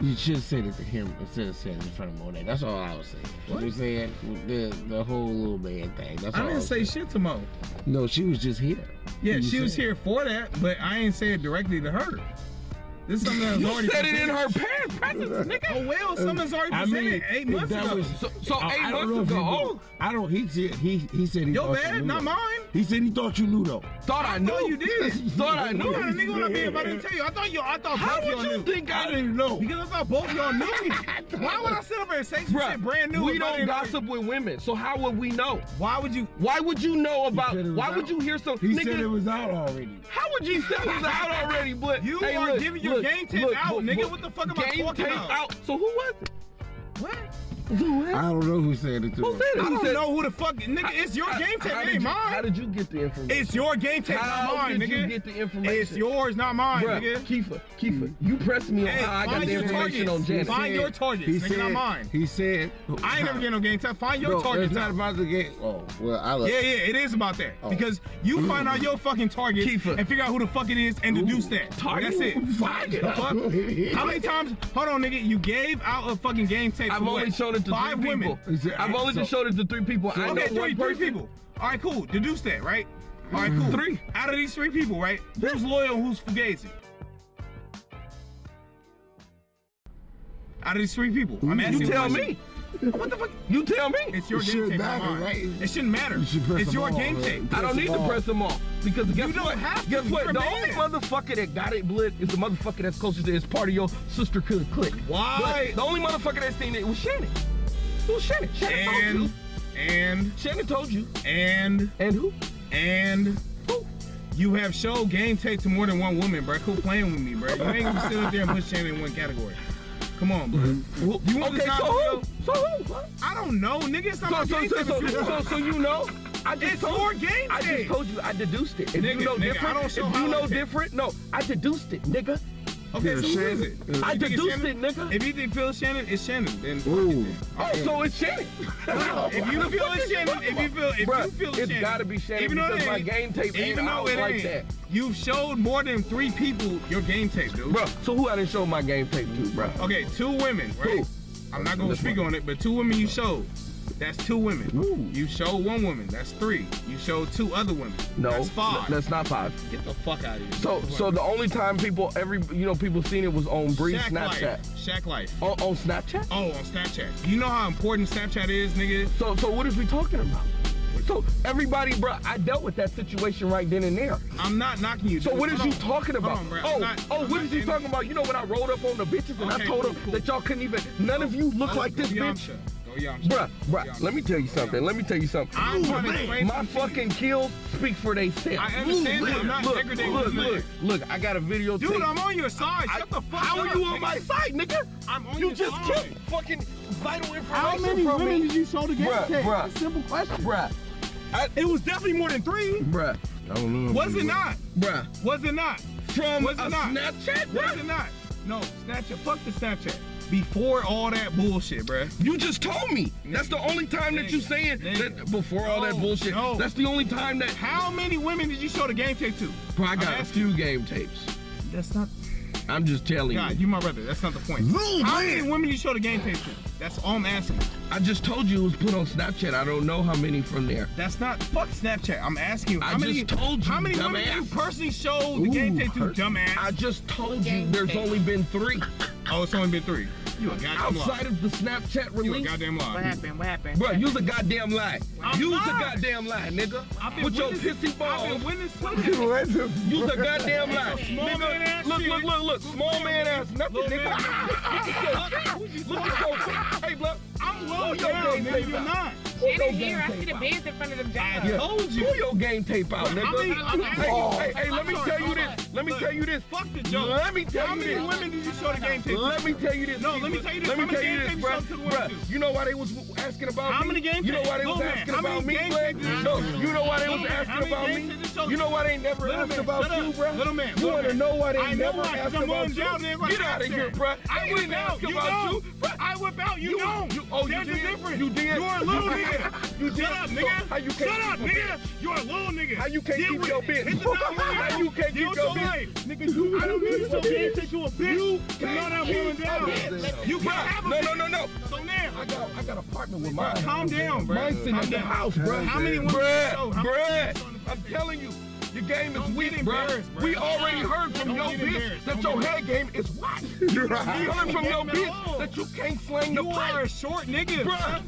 Speaker 5: you should have said it to him instead of saying it in front of Monet. That's all I was saying. You know what I'm saying? The the whole little man thing. That's
Speaker 3: I
Speaker 5: all
Speaker 3: didn't
Speaker 5: was
Speaker 3: say
Speaker 5: saying.
Speaker 3: shit to Mo.
Speaker 5: No, she was just here.
Speaker 3: Yeah,
Speaker 5: You
Speaker 3: she was
Speaker 5: said-
Speaker 3: here for that, but I ain't say it directly to her. This is something that was
Speaker 2: You
Speaker 3: already
Speaker 2: said it in
Speaker 3: presented.
Speaker 2: her parents' presence, nigga.
Speaker 3: Oh well, someone's already
Speaker 5: I
Speaker 3: presented
Speaker 5: mean,
Speaker 3: eight
Speaker 5: if
Speaker 3: months
Speaker 5: that
Speaker 3: ago.
Speaker 5: was-
Speaker 2: So, so
Speaker 5: I-
Speaker 2: eight
Speaker 5: I don't know
Speaker 2: months
Speaker 5: if he
Speaker 2: ago, oh,
Speaker 5: knew. I don't. He said he he said he.
Speaker 3: Yo,
Speaker 5: thought you
Speaker 3: bad,
Speaker 5: knew
Speaker 3: not
Speaker 5: it.
Speaker 3: mine.
Speaker 5: He said he thought you knew though.
Speaker 2: thought I, knew.
Speaker 3: thought you did.
Speaker 2: Thought I
Speaker 3: You got a
Speaker 2: knew.
Speaker 3: nigga on a bed if I didn't tell you. I thought you I thought
Speaker 2: How
Speaker 3: both
Speaker 2: would
Speaker 3: y'all
Speaker 2: you
Speaker 3: knew.
Speaker 2: think I didn't
Speaker 5: know.
Speaker 3: Because I thought both y'all knew. Why would I sit up here and say some
Speaker 2: Bruh,
Speaker 3: shit brand new?
Speaker 2: we
Speaker 3: if I
Speaker 2: don't
Speaker 3: didn't know you?
Speaker 2: gossip with women, so how would we know?
Speaker 3: Why would you?
Speaker 2: Why would you know about?
Speaker 5: said it was
Speaker 2: Why would
Speaker 5: out.
Speaker 2: you hear some?
Speaker 5: He
Speaker 2: nigga,
Speaker 5: said it was out already.
Speaker 2: How would you sell us out already, but
Speaker 3: You
Speaker 2: Hey,
Speaker 3: are
Speaker 2: look,
Speaker 3: giving your
Speaker 2: look,
Speaker 3: game tape
Speaker 2: look,
Speaker 3: out,
Speaker 2: look,
Speaker 3: nigga.
Speaker 2: look.
Speaker 3: What the fuck am I
Speaker 2: game
Speaker 3: talking
Speaker 2: tape
Speaker 3: about?
Speaker 2: out? So who was it?
Speaker 3: What?
Speaker 5: I don't know who said it to
Speaker 2: Who
Speaker 5: her.
Speaker 2: said it?
Speaker 3: I
Speaker 2: Who
Speaker 3: don't
Speaker 2: said-
Speaker 3: know who the fuck. Nigga, it's your
Speaker 2: How-
Speaker 3: game tape.
Speaker 2: how
Speaker 3: It
Speaker 2: did
Speaker 3: ain't
Speaker 2: you- How
Speaker 3: mine.
Speaker 2: did you get the information?
Speaker 3: It's your game tape, not
Speaker 2: how
Speaker 3: mine,
Speaker 2: did you
Speaker 3: nigga.
Speaker 2: get the information?
Speaker 3: It's yours, not mine,
Speaker 2: Bruh,
Speaker 3: nigga.
Speaker 2: Kiefer, Kiefer, you pressed me on
Speaker 3: Hey,
Speaker 2: how I got
Speaker 3: find
Speaker 2: the
Speaker 3: your
Speaker 2: information on
Speaker 3: targets.
Speaker 2: Janet.
Speaker 3: Find your targets,
Speaker 5: He
Speaker 3: nigga,
Speaker 5: said,
Speaker 3: not mine.
Speaker 5: He said.
Speaker 3: I ain't never getting no game tape. Find your
Speaker 5: no,
Speaker 3: target
Speaker 5: It's not
Speaker 3: out.
Speaker 5: about the game. Oh well, I love.
Speaker 3: Yeah, yeah, it is about that.
Speaker 5: Oh.
Speaker 3: Because you find out your fucking target
Speaker 2: Kiefer.
Speaker 3: and figure out who the fuck it is and deduce that.
Speaker 2: target?
Speaker 3: That's it.
Speaker 2: Target?
Speaker 3: The fuck? How many times? Hold on, nigga. You gave out a fucking game tape.
Speaker 2: I've
Speaker 3: to
Speaker 2: only
Speaker 3: what?
Speaker 2: shown it to
Speaker 3: five
Speaker 2: three
Speaker 3: women.
Speaker 2: people. I've only just shown it to three people. I know
Speaker 3: Okay, three,
Speaker 2: one
Speaker 3: three
Speaker 2: person.
Speaker 3: people. All right, cool. Deduce that, right? All right,
Speaker 5: Mm-hmm.
Speaker 3: cool. Three. Out of these three people, right? Who's loyal? and Who's fugazi? Out of these three people, I'm asking.
Speaker 2: You
Speaker 3: a
Speaker 2: tell
Speaker 3: question.
Speaker 2: me. What the fuck? You tell me.
Speaker 3: It's your
Speaker 5: It
Speaker 3: game
Speaker 5: shouldn't
Speaker 3: tape, not
Speaker 5: matter,
Speaker 3: mine.
Speaker 5: right?
Speaker 3: It shouldn't matter.
Speaker 5: You should press
Speaker 3: it's
Speaker 5: them
Speaker 3: your
Speaker 5: all,
Speaker 3: game
Speaker 5: man.
Speaker 3: tape.
Speaker 2: I don't need to press them all because guess
Speaker 3: don't
Speaker 2: what?
Speaker 3: have to.
Speaker 2: guess
Speaker 3: You're
Speaker 2: what?
Speaker 3: a
Speaker 2: The
Speaker 3: man.
Speaker 2: only motherfucker that got it, Blit, is the motherfucker that's closest to is part of your sister could click.
Speaker 3: Why?
Speaker 2: But the only motherfucker that's seen it was Shannon. It was Shannon. Shannon told
Speaker 3: and
Speaker 2: you.
Speaker 3: and
Speaker 2: Shannon told you.
Speaker 3: and
Speaker 2: And who?
Speaker 3: and
Speaker 2: Who?
Speaker 3: you have showed game tape to more than one woman, bro. Quit playing with me, bro. You ain't gonna sit up there and put Shannon in one category. Come on, bro. You want
Speaker 2: Mm-hmm. okay,
Speaker 3: this
Speaker 2: so
Speaker 3: not-
Speaker 2: who? So who? What?
Speaker 3: I don't know, nigga. It's
Speaker 2: So,
Speaker 3: not my
Speaker 2: so,
Speaker 3: game
Speaker 2: so,
Speaker 3: tape.
Speaker 2: so,
Speaker 3: it's your-
Speaker 2: so, so you know. I just
Speaker 3: It's
Speaker 2: told,
Speaker 3: your game
Speaker 2: I just
Speaker 3: tape.
Speaker 2: told you I deduced it. If
Speaker 3: Nigga,
Speaker 2: you know
Speaker 3: nigga, I
Speaker 2: different,
Speaker 3: don't show
Speaker 2: if you
Speaker 3: how
Speaker 2: know
Speaker 3: it's-
Speaker 2: different, no, I deduced it, nigga.
Speaker 3: Okay, so who is
Speaker 5: Shannon.
Speaker 3: it?
Speaker 2: Mm-hmm. I
Speaker 3: You think it's
Speaker 2: deduced
Speaker 3: Shannon?
Speaker 2: it, nigga.
Speaker 3: If you think Phil Shannon, it's Shannon. Then fuck it
Speaker 5: Ooh.
Speaker 3: then.
Speaker 2: Oh, so it's Shannon.
Speaker 3: If you feel it's Shannon, if you feel, if
Speaker 2: Bruh,
Speaker 3: you feel it's
Speaker 2: it's
Speaker 3: Shannon,
Speaker 2: gotta be Shannon
Speaker 3: even though
Speaker 2: because
Speaker 3: it
Speaker 2: my
Speaker 3: ain't-
Speaker 2: game tape ain't
Speaker 3: even though
Speaker 2: out
Speaker 3: it
Speaker 2: like
Speaker 3: ain't,
Speaker 2: that.
Speaker 3: You've showed more than three people your game tape, dude.
Speaker 2: Bro, so who I didn't show my game tape to, bro?
Speaker 3: Okay, two women, right?
Speaker 2: Who?
Speaker 3: I'm not gonna speak on it, but two women you showed. That's two women.
Speaker 5: Ooh.
Speaker 3: You showed one woman. That's three. You showed two other women.
Speaker 2: No,
Speaker 3: that's five.
Speaker 2: that's not five.
Speaker 3: Get the fuck out of here.
Speaker 2: So, so the only time people, every you know, people seen it was on Bree
Speaker 3: Shaq
Speaker 2: Snapchat.
Speaker 3: life. Shaq life.
Speaker 2: On, on Snapchat.
Speaker 3: Oh, on Snapchat. You know how important Snapchat is, nigga.
Speaker 2: So, so what is we talking about? So everybody, bro, I dealt with that situation right then and there.
Speaker 3: I'm not knocking you.
Speaker 2: So
Speaker 3: dude.
Speaker 2: what is
Speaker 3: Hold
Speaker 2: you
Speaker 3: on.
Speaker 2: talking about?
Speaker 3: Hold on, bro. I'm
Speaker 2: oh,
Speaker 3: not-
Speaker 2: oh, what
Speaker 3: I'm not
Speaker 2: is you
Speaker 3: saying-
Speaker 2: talking about? You know when I rolled up on the bitches and I
Speaker 3: Okay,
Speaker 2: told
Speaker 3: cool,
Speaker 2: them
Speaker 3: cool.
Speaker 2: that y'all couldn't even. None of you look
Speaker 3: Go-
Speaker 2: like
Speaker 3: go
Speaker 2: this bitch.
Speaker 3: Yamcha. Go Yamcha.
Speaker 2: Bruh,
Speaker 3: Go
Speaker 2: bruh,
Speaker 3: Yamcha.
Speaker 2: let me tell you something. Let me tell you something.
Speaker 3: I'm trying to
Speaker 2: Ooh,
Speaker 3: explain
Speaker 2: My
Speaker 3: something to
Speaker 2: fucking kills speak for themselves.
Speaker 3: I understand that. I'm not
Speaker 2: look,
Speaker 3: degrading
Speaker 2: look,
Speaker 3: you, man.
Speaker 2: look, look, I got a video
Speaker 3: Dude, I'm on your side. Shut the fuck
Speaker 2: How
Speaker 3: up.
Speaker 2: are you on
Speaker 3: nigga.
Speaker 2: my side, nigga?
Speaker 3: I'm on
Speaker 2: you
Speaker 3: your
Speaker 2: just
Speaker 3: side.
Speaker 2: took fucking vital information
Speaker 6: How many
Speaker 2: from
Speaker 6: women
Speaker 2: me.
Speaker 6: did you show the game
Speaker 2: Bruh,
Speaker 6: tape?
Speaker 2: bruh.
Speaker 6: It's a simple question.
Speaker 2: Bruh,
Speaker 3: It was definitely more than three.
Speaker 2: bruh,
Speaker 3: Was it not?
Speaker 2: bruh.
Speaker 3: Was it not?
Speaker 2: From
Speaker 3: Was it
Speaker 2: a
Speaker 3: not?
Speaker 2: Snapchat,
Speaker 3: Was
Speaker 2: bruh?
Speaker 3: it not? No, Snapchat. Fuck the Snapchat. Before all that bullshit, bruh.
Speaker 2: You just told me. That's the only time that you
Speaker 3: Nigga,
Speaker 2: saying
Speaker 3: nigga.
Speaker 2: that before all that
Speaker 3: No,
Speaker 2: bullshit.
Speaker 3: no.
Speaker 2: That's the only time that.
Speaker 3: How many women did you show the game tape to?
Speaker 2: Bro, I got
Speaker 3: I'm
Speaker 2: a
Speaker 3: asking-
Speaker 2: few game tapes.
Speaker 3: That's not.
Speaker 2: I'm just telling
Speaker 3: God,
Speaker 2: you.
Speaker 3: you my brother. That's not the point.
Speaker 2: Little
Speaker 3: How
Speaker 2: man.
Speaker 3: many women did you show the game tape to? That's all I'm asking.
Speaker 2: I just told you it was put on Snapchat. I don't know how many from there.
Speaker 3: That's not fuck Snapchat. I'm asking you.
Speaker 2: I
Speaker 3: How many,
Speaker 2: just told you,
Speaker 3: How many women did you
Speaker 2: dumbass.
Speaker 3: personally show the game
Speaker 2: Ooh,
Speaker 3: tape to, dumbass?
Speaker 2: I just told you
Speaker 7: Game
Speaker 2: there's
Speaker 7: tape.
Speaker 2: only been three
Speaker 3: oh, it's only been three. You a goddamn
Speaker 2: outside
Speaker 3: lie.
Speaker 2: of the Snapchat
Speaker 3: You a
Speaker 2: release.
Speaker 3: goddamn
Speaker 7: What
Speaker 3: lie.
Speaker 7: happened? What happened?
Speaker 2: Bro, use a goddamn lie.
Speaker 3: I'm
Speaker 2: use a
Speaker 3: not.
Speaker 2: goddamn lie, nigga.
Speaker 3: I've been
Speaker 2: With your
Speaker 3: witness-
Speaker 2: pissy
Speaker 3: I've
Speaker 2: balls.
Speaker 3: been witnessing.
Speaker 2: Use a goddamn lie.
Speaker 3: Small
Speaker 2: nigga,
Speaker 3: man ass
Speaker 2: look,
Speaker 3: shit.
Speaker 2: look, look, look. Small man ass nothing,
Speaker 3: Little
Speaker 2: nigga.
Speaker 3: man.
Speaker 2: look at your Hey, bro.
Speaker 3: I'm low
Speaker 2: Who your
Speaker 3: down,
Speaker 2: game
Speaker 3: nigga.
Speaker 2: tape
Speaker 3: You're
Speaker 2: out?
Speaker 3: not.
Speaker 7: She didn't hear. I see the beds in front of them jobs.
Speaker 3: I told you.
Speaker 2: Pull your game tape out, nigga.
Speaker 3: How many- I'm
Speaker 2: hey,
Speaker 3: asking-
Speaker 2: hey, hey, let
Speaker 3: I'm
Speaker 2: me
Speaker 3: sorry,
Speaker 2: tell you
Speaker 3: hold
Speaker 2: this.
Speaker 3: on.
Speaker 2: Let me
Speaker 3: Look,
Speaker 2: tell you this.
Speaker 3: Fuck the joke.
Speaker 2: Let me tell
Speaker 3: How
Speaker 2: you
Speaker 3: many
Speaker 2: this.
Speaker 3: women did you show the game tape?
Speaker 2: Let me tell you this.
Speaker 3: No, let me tell you this.
Speaker 2: Let
Speaker 3: How
Speaker 2: me
Speaker 3: many
Speaker 2: tell you
Speaker 3: game
Speaker 2: this,
Speaker 3: tapes
Speaker 2: bro.
Speaker 3: you sell to the women
Speaker 2: Bruh,
Speaker 3: to?
Speaker 2: You know why they was asking about
Speaker 3: How
Speaker 2: me?
Speaker 3: many game
Speaker 2: You know
Speaker 3: tapes?
Speaker 2: why they was
Speaker 3: Go, man.
Speaker 2: asking
Speaker 3: How many
Speaker 2: about me,
Speaker 3: game
Speaker 2: Clay?
Speaker 3: tapes did
Speaker 2: No,
Speaker 3: you sell?
Speaker 2: you know why they was
Speaker 3: Go, man. How
Speaker 2: asking
Speaker 3: many
Speaker 2: about
Speaker 3: game
Speaker 2: me?
Speaker 3: tapes did you sell?
Speaker 2: You know why they never
Speaker 3: Little
Speaker 2: asked
Speaker 3: man,
Speaker 2: about
Speaker 3: shut
Speaker 2: you,
Speaker 3: up.
Speaker 2: bro?
Speaker 3: Little man,
Speaker 2: You
Speaker 3: little
Speaker 2: want to
Speaker 3: man.
Speaker 2: know why
Speaker 3: I
Speaker 2: they
Speaker 3: know
Speaker 2: never
Speaker 3: why, 'cause
Speaker 2: asked
Speaker 3: I'm on
Speaker 2: about you?
Speaker 3: down there, like
Speaker 2: Get
Speaker 3: I
Speaker 2: out of
Speaker 3: said.
Speaker 2: here, bro.
Speaker 3: I
Speaker 2: They
Speaker 3: whip
Speaker 2: didn't
Speaker 3: out.
Speaker 2: ask
Speaker 3: You
Speaker 2: about
Speaker 3: know.
Speaker 2: you. Bruh,
Speaker 3: I whip out. You, know.
Speaker 2: you- oh, you
Speaker 3: There's
Speaker 2: did?
Speaker 3: a difference.
Speaker 2: You did?
Speaker 3: You're a little
Speaker 2: You did?
Speaker 3: nigga.
Speaker 2: You did?
Speaker 3: Shut up,
Speaker 2: So
Speaker 3: nigga.
Speaker 2: how you can't
Speaker 3: Shut up,
Speaker 2: keep a
Speaker 3: nigga. You're a little nigga.
Speaker 2: How you can't
Speaker 3: Deal
Speaker 2: keep
Speaker 3: with
Speaker 2: your
Speaker 3: it.
Speaker 2: bitch?
Speaker 3: Hit the dollar
Speaker 2: How you can't keep
Speaker 3: Deal with
Speaker 2: your
Speaker 3: your
Speaker 2: bitch?
Speaker 3: life. Nigga, you, I don't need your bitch. Take you a bitch. You know that woman down. You can't have a
Speaker 2: No,
Speaker 3: bitch.
Speaker 2: no, no, no.
Speaker 3: So now,
Speaker 2: I got, I got a partner with mine.
Speaker 3: calm down, bro.
Speaker 2: Mine's in
Speaker 3: Calm
Speaker 2: the
Speaker 3: down.
Speaker 2: house, bro.
Speaker 3: How many women you
Speaker 2: Bruh,
Speaker 3: showed? How many women you showed in
Speaker 2: bruh.
Speaker 3: the
Speaker 2: I'm
Speaker 3: picture?
Speaker 2: telling you, your game is
Speaker 3: Don't
Speaker 2: weak,
Speaker 3: get
Speaker 2: bruh.
Speaker 3: embarrassed, bruh.
Speaker 2: We already heard from
Speaker 3: Don't
Speaker 2: your
Speaker 3: get
Speaker 2: bitch
Speaker 3: embarrassed.
Speaker 2: that
Speaker 3: Don't
Speaker 2: your
Speaker 3: get
Speaker 2: head game is whack. You're We heard from your
Speaker 3: Don't get mad at
Speaker 2: bitch
Speaker 3: all.
Speaker 2: that you can't slang the
Speaker 3: You are a
Speaker 2: pipe.
Speaker 3: short nigga,
Speaker 2: Bruh.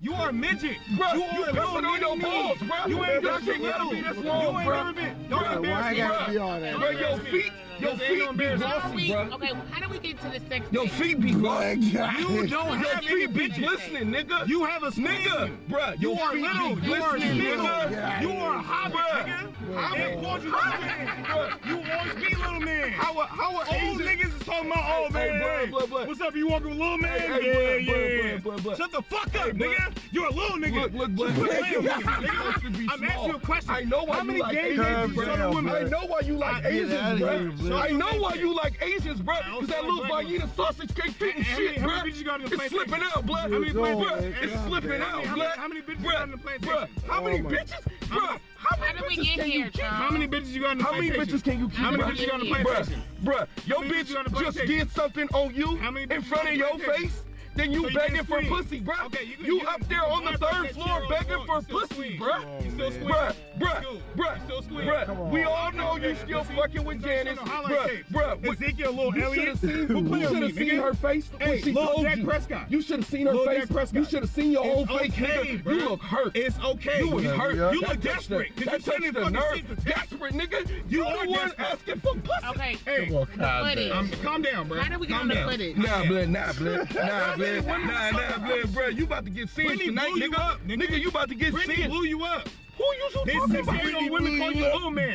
Speaker 3: You are a midget.
Speaker 2: Bruh,
Speaker 3: you
Speaker 2: you
Speaker 3: are a
Speaker 2: pissing
Speaker 3: little
Speaker 2: on
Speaker 3: mini
Speaker 2: your
Speaker 3: me.
Speaker 2: balls, bruh.
Speaker 3: You
Speaker 2: That
Speaker 3: ain't never
Speaker 2: shit
Speaker 3: been
Speaker 2: gotta
Speaker 3: little.
Speaker 2: be
Speaker 3: You
Speaker 2: this
Speaker 3: ain't
Speaker 2: long, bruh.
Speaker 3: never been. Don't
Speaker 2: Bruh,
Speaker 6: Why
Speaker 3: embarrass
Speaker 6: I
Speaker 3: me,
Speaker 6: gotta
Speaker 3: bruh.
Speaker 6: be all that?
Speaker 2: Bro, your
Speaker 3: embarrass me.
Speaker 2: feet, your
Speaker 3: This ain't no
Speaker 2: feet be
Speaker 3: embarrassment.
Speaker 7: How do
Speaker 2: glossy,
Speaker 7: we,
Speaker 2: bruh.
Speaker 7: okay, how do we get to the sex
Speaker 2: Your
Speaker 7: thing?
Speaker 2: feet be glossy.
Speaker 3: You don't
Speaker 2: Your
Speaker 3: have any
Speaker 2: feet be
Speaker 3: bitches.
Speaker 2: glistening, nigga.
Speaker 3: You have a snake.
Speaker 2: nigga, bruh.
Speaker 3: You
Speaker 2: Your
Speaker 3: are
Speaker 2: feet
Speaker 3: little.
Speaker 2: be
Speaker 3: You are
Speaker 2: glistening,
Speaker 3: little.
Speaker 2: nigga.
Speaker 3: You are a hobbit,
Speaker 2: Bruh.
Speaker 3: nigga. They called you little man. You always be little man.
Speaker 2: How are, how are
Speaker 3: Old
Speaker 2: Asian-
Speaker 3: niggas is talking about old
Speaker 2: Hey,
Speaker 3: man.
Speaker 2: hey, blah, blah, blah.
Speaker 3: What's up? You walking with little man?
Speaker 2: hey,
Speaker 3: yeah,
Speaker 2: blah,
Speaker 3: yeah,
Speaker 2: blah,
Speaker 3: yeah.
Speaker 2: blah, blah, blah.
Speaker 3: Shut the fuck up,
Speaker 2: blah.
Speaker 3: nigga. You're a little
Speaker 2: Look,
Speaker 3: nigga.
Speaker 2: look, look.
Speaker 3: Quit playing with me,
Speaker 2: You're supposed to be
Speaker 3: nigga. I'm asking you
Speaker 2: small.
Speaker 3: a question.
Speaker 2: I know why
Speaker 3: How
Speaker 2: you
Speaker 3: many
Speaker 2: like
Speaker 3: game
Speaker 2: Asians,
Speaker 3: days you
Speaker 2: bruh.
Speaker 3: show to women?
Speaker 2: I know why you like
Speaker 3: Get
Speaker 2: Asians,
Speaker 6: outta
Speaker 2: bro.
Speaker 6: here,
Speaker 3: bruh.
Speaker 2: I know why you like Asians, bro. Because that little
Speaker 3: Black
Speaker 2: Vegeta sausage cake fit and
Speaker 3: How many-
Speaker 2: shit,
Speaker 3: how
Speaker 2: bro.
Speaker 3: many bitches you got in the
Speaker 2: It's
Speaker 3: plantation?
Speaker 2: slipping out, blood.
Speaker 3: How many bitches-
Speaker 2: It's
Speaker 3: God,
Speaker 2: slipping
Speaker 3: man. How
Speaker 2: out,
Speaker 3: many- how
Speaker 2: blood.
Speaker 3: many- how many bitches you
Speaker 2: Bruh,
Speaker 3: got in the Oh plantation?
Speaker 2: bruh, How many bitches? Bruh, how many
Speaker 7: How did we
Speaker 2: bitches
Speaker 7: get
Speaker 2: can you
Speaker 7: here,
Speaker 2: keep?
Speaker 7: Tom?
Speaker 3: How many bitches you got in the
Speaker 2: How many
Speaker 3: plantation?
Speaker 2: bitches can you keep?
Speaker 3: How many
Speaker 2: bruh?
Speaker 3: bitches you got in the
Speaker 7: Bruh,
Speaker 3: plantation?
Speaker 2: Bruh, bruh, your
Speaker 3: many bitches you got in
Speaker 2: bitch
Speaker 3: the
Speaker 2: just
Speaker 3: plantation?
Speaker 2: did something on you
Speaker 3: How many
Speaker 2: in
Speaker 3: bitches
Speaker 2: front of
Speaker 3: you got
Speaker 2: your
Speaker 3: in the plantation?
Speaker 2: face. Then you
Speaker 3: So you
Speaker 2: begging
Speaker 3: just
Speaker 2: for
Speaker 3: swing.
Speaker 2: pussy, bruh.
Speaker 3: Okay, you can-
Speaker 2: You
Speaker 3: you
Speaker 2: up
Speaker 3: can-
Speaker 2: there
Speaker 3: you
Speaker 2: on
Speaker 3: can
Speaker 2: the
Speaker 3: wipe up
Speaker 2: third
Speaker 3: that
Speaker 2: floor
Speaker 3: shit on the
Speaker 2: begging
Speaker 3: floor.
Speaker 2: for
Speaker 3: You still
Speaker 2: pussy,
Speaker 3: swing.
Speaker 2: bruh.
Speaker 3: You still squeeze.
Speaker 2: Bruh,
Speaker 3: You
Speaker 2: bruh,
Speaker 3: still-
Speaker 2: bruh,
Speaker 3: you still squeeze.
Speaker 2: bruh. We all know you still fucking with
Speaker 3: So you
Speaker 2: Janice,
Speaker 3: showing the highlight
Speaker 2: bruh,
Speaker 3: tape.
Speaker 2: bruh. we-
Speaker 3: Ezekiel, little
Speaker 2: You should
Speaker 3: Elliott.
Speaker 2: have seen,
Speaker 3: Who
Speaker 2: you
Speaker 3: playing
Speaker 2: should have
Speaker 3: with me,
Speaker 2: seen
Speaker 3: nigga?
Speaker 2: her face when
Speaker 3: Hey,
Speaker 2: she
Speaker 3: Lil
Speaker 2: told
Speaker 3: Jack
Speaker 2: you.
Speaker 3: Prescott.
Speaker 2: You should have seen her
Speaker 3: Lil
Speaker 2: face.
Speaker 3: Jack Prescott.
Speaker 2: You should have seen your
Speaker 3: It's
Speaker 2: own face.
Speaker 3: okay,
Speaker 2: nigga.
Speaker 3: bro.
Speaker 2: You look hurt.
Speaker 3: It's okay.
Speaker 2: You was
Speaker 3: You-
Speaker 2: hurt.
Speaker 3: You look
Speaker 2: That touched the-
Speaker 3: desperate
Speaker 2: That
Speaker 3: because you
Speaker 2: touched
Speaker 3: couldn't
Speaker 2: the
Speaker 3: fucking see
Speaker 2: nerve.
Speaker 3: the text.
Speaker 2: Desperate, nigga.
Speaker 3: You
Speaker 2: You
Speaker 3: are
Speaker 2: the one
Speaker 3: desperate.
Speaker 2: asking for pussy.
Speaker 7: Okay,
Speaker 3: Hey,
Speaker 7: footage.
Speaker 3: um, calm down, bro.
Speaker 7: How do we get
Speaker 3: calm
Speaker 7: on the
Speaker 3: down.
Speaker 7: footage?
Speaker 2: Nah, blood, nah, blood, nah, blood,
Speaker 3: Whitney
Speaker 2: nah, nah, blood, bro. You about to get seen
Speaker 3: Whitney
Speaker 2: tonight,
Speaker 3: blew you
Speaker 2: nigga.
Speaker 3: up, nigga.
Speaker 2: you about to get
Speaker 3: Brittany
Speaker 2: seen.
Speaker 3: blew you up.
Speaker 2: Who you so
Speaker 3: These
Speaker 2: talking about?
Speaker 3: six-year-old women call you little man.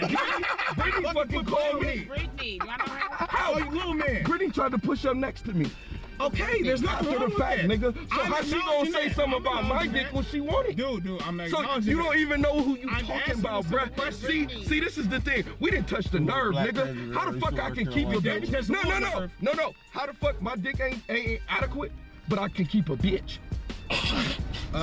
Speaker 2: Brittany fucking called me.
Speaker 7: Brittany, do I know her?
Speaker 2: How
Speaker 3: Call you little man.
Speaker 2: Brittany tried to push up next to me.
Speaker 3: Okay, there's nothing
Speaker 2: After
Speaker 3: wrong
Speaker 2: the
Speaker 3: with
Speaker 2: fact,
Speaker 3: that.
Speaker 2: nigga. So
Speaker 3: I'm
Speaker 2: how she gonna
Speaker 3: acknowledging
Speaker 2: say
Speaker 3: that.
Speaker 2: something
Speaker 3: I'm
Speaker 2: about my
Speaker 3: acknowledging
Speaker 2: dick
Speaker 3: that.
Speaker 2: when she wanted?
Speaker 3: Dude, dude, I'm
Speaker 2: So
Speaker 3: acknowledging
Speaker 2: you
Speaker 3: that.
Speaker 2: don't even know who you
Speaker 3: I'm
Speaker 2: talking
Speaker 3: asking
Speaker 2: about,
Speaker 3: this
Speaker 2: bruh.
Speaker 3: question.
Speaker 2: See, see, this is the thing. We didn't touch the nerve,
Speaker 4: black
Speaker 2: nigga.
Speaker 4: lady
Speaker 2: How the
Speaker 4: really
Speaker 2: fuck
Speaker 4: should
Speaker 2: I
Speaker 4: work
Speaker 2: can
Speaker 4: your
Speaker 2: keep
Speaker 4: own
Speaker 2: your
Speaker 3: dick.
Speaker 2: bitch?
Speaker 3: Touch the
Speaker 2: No, no, no,
Speaker 3: nerve.
Speaker 2: no, no. How the fuck my dick ain't ain't adequate, but I can keep a bitch.
Speaker 3: Uh,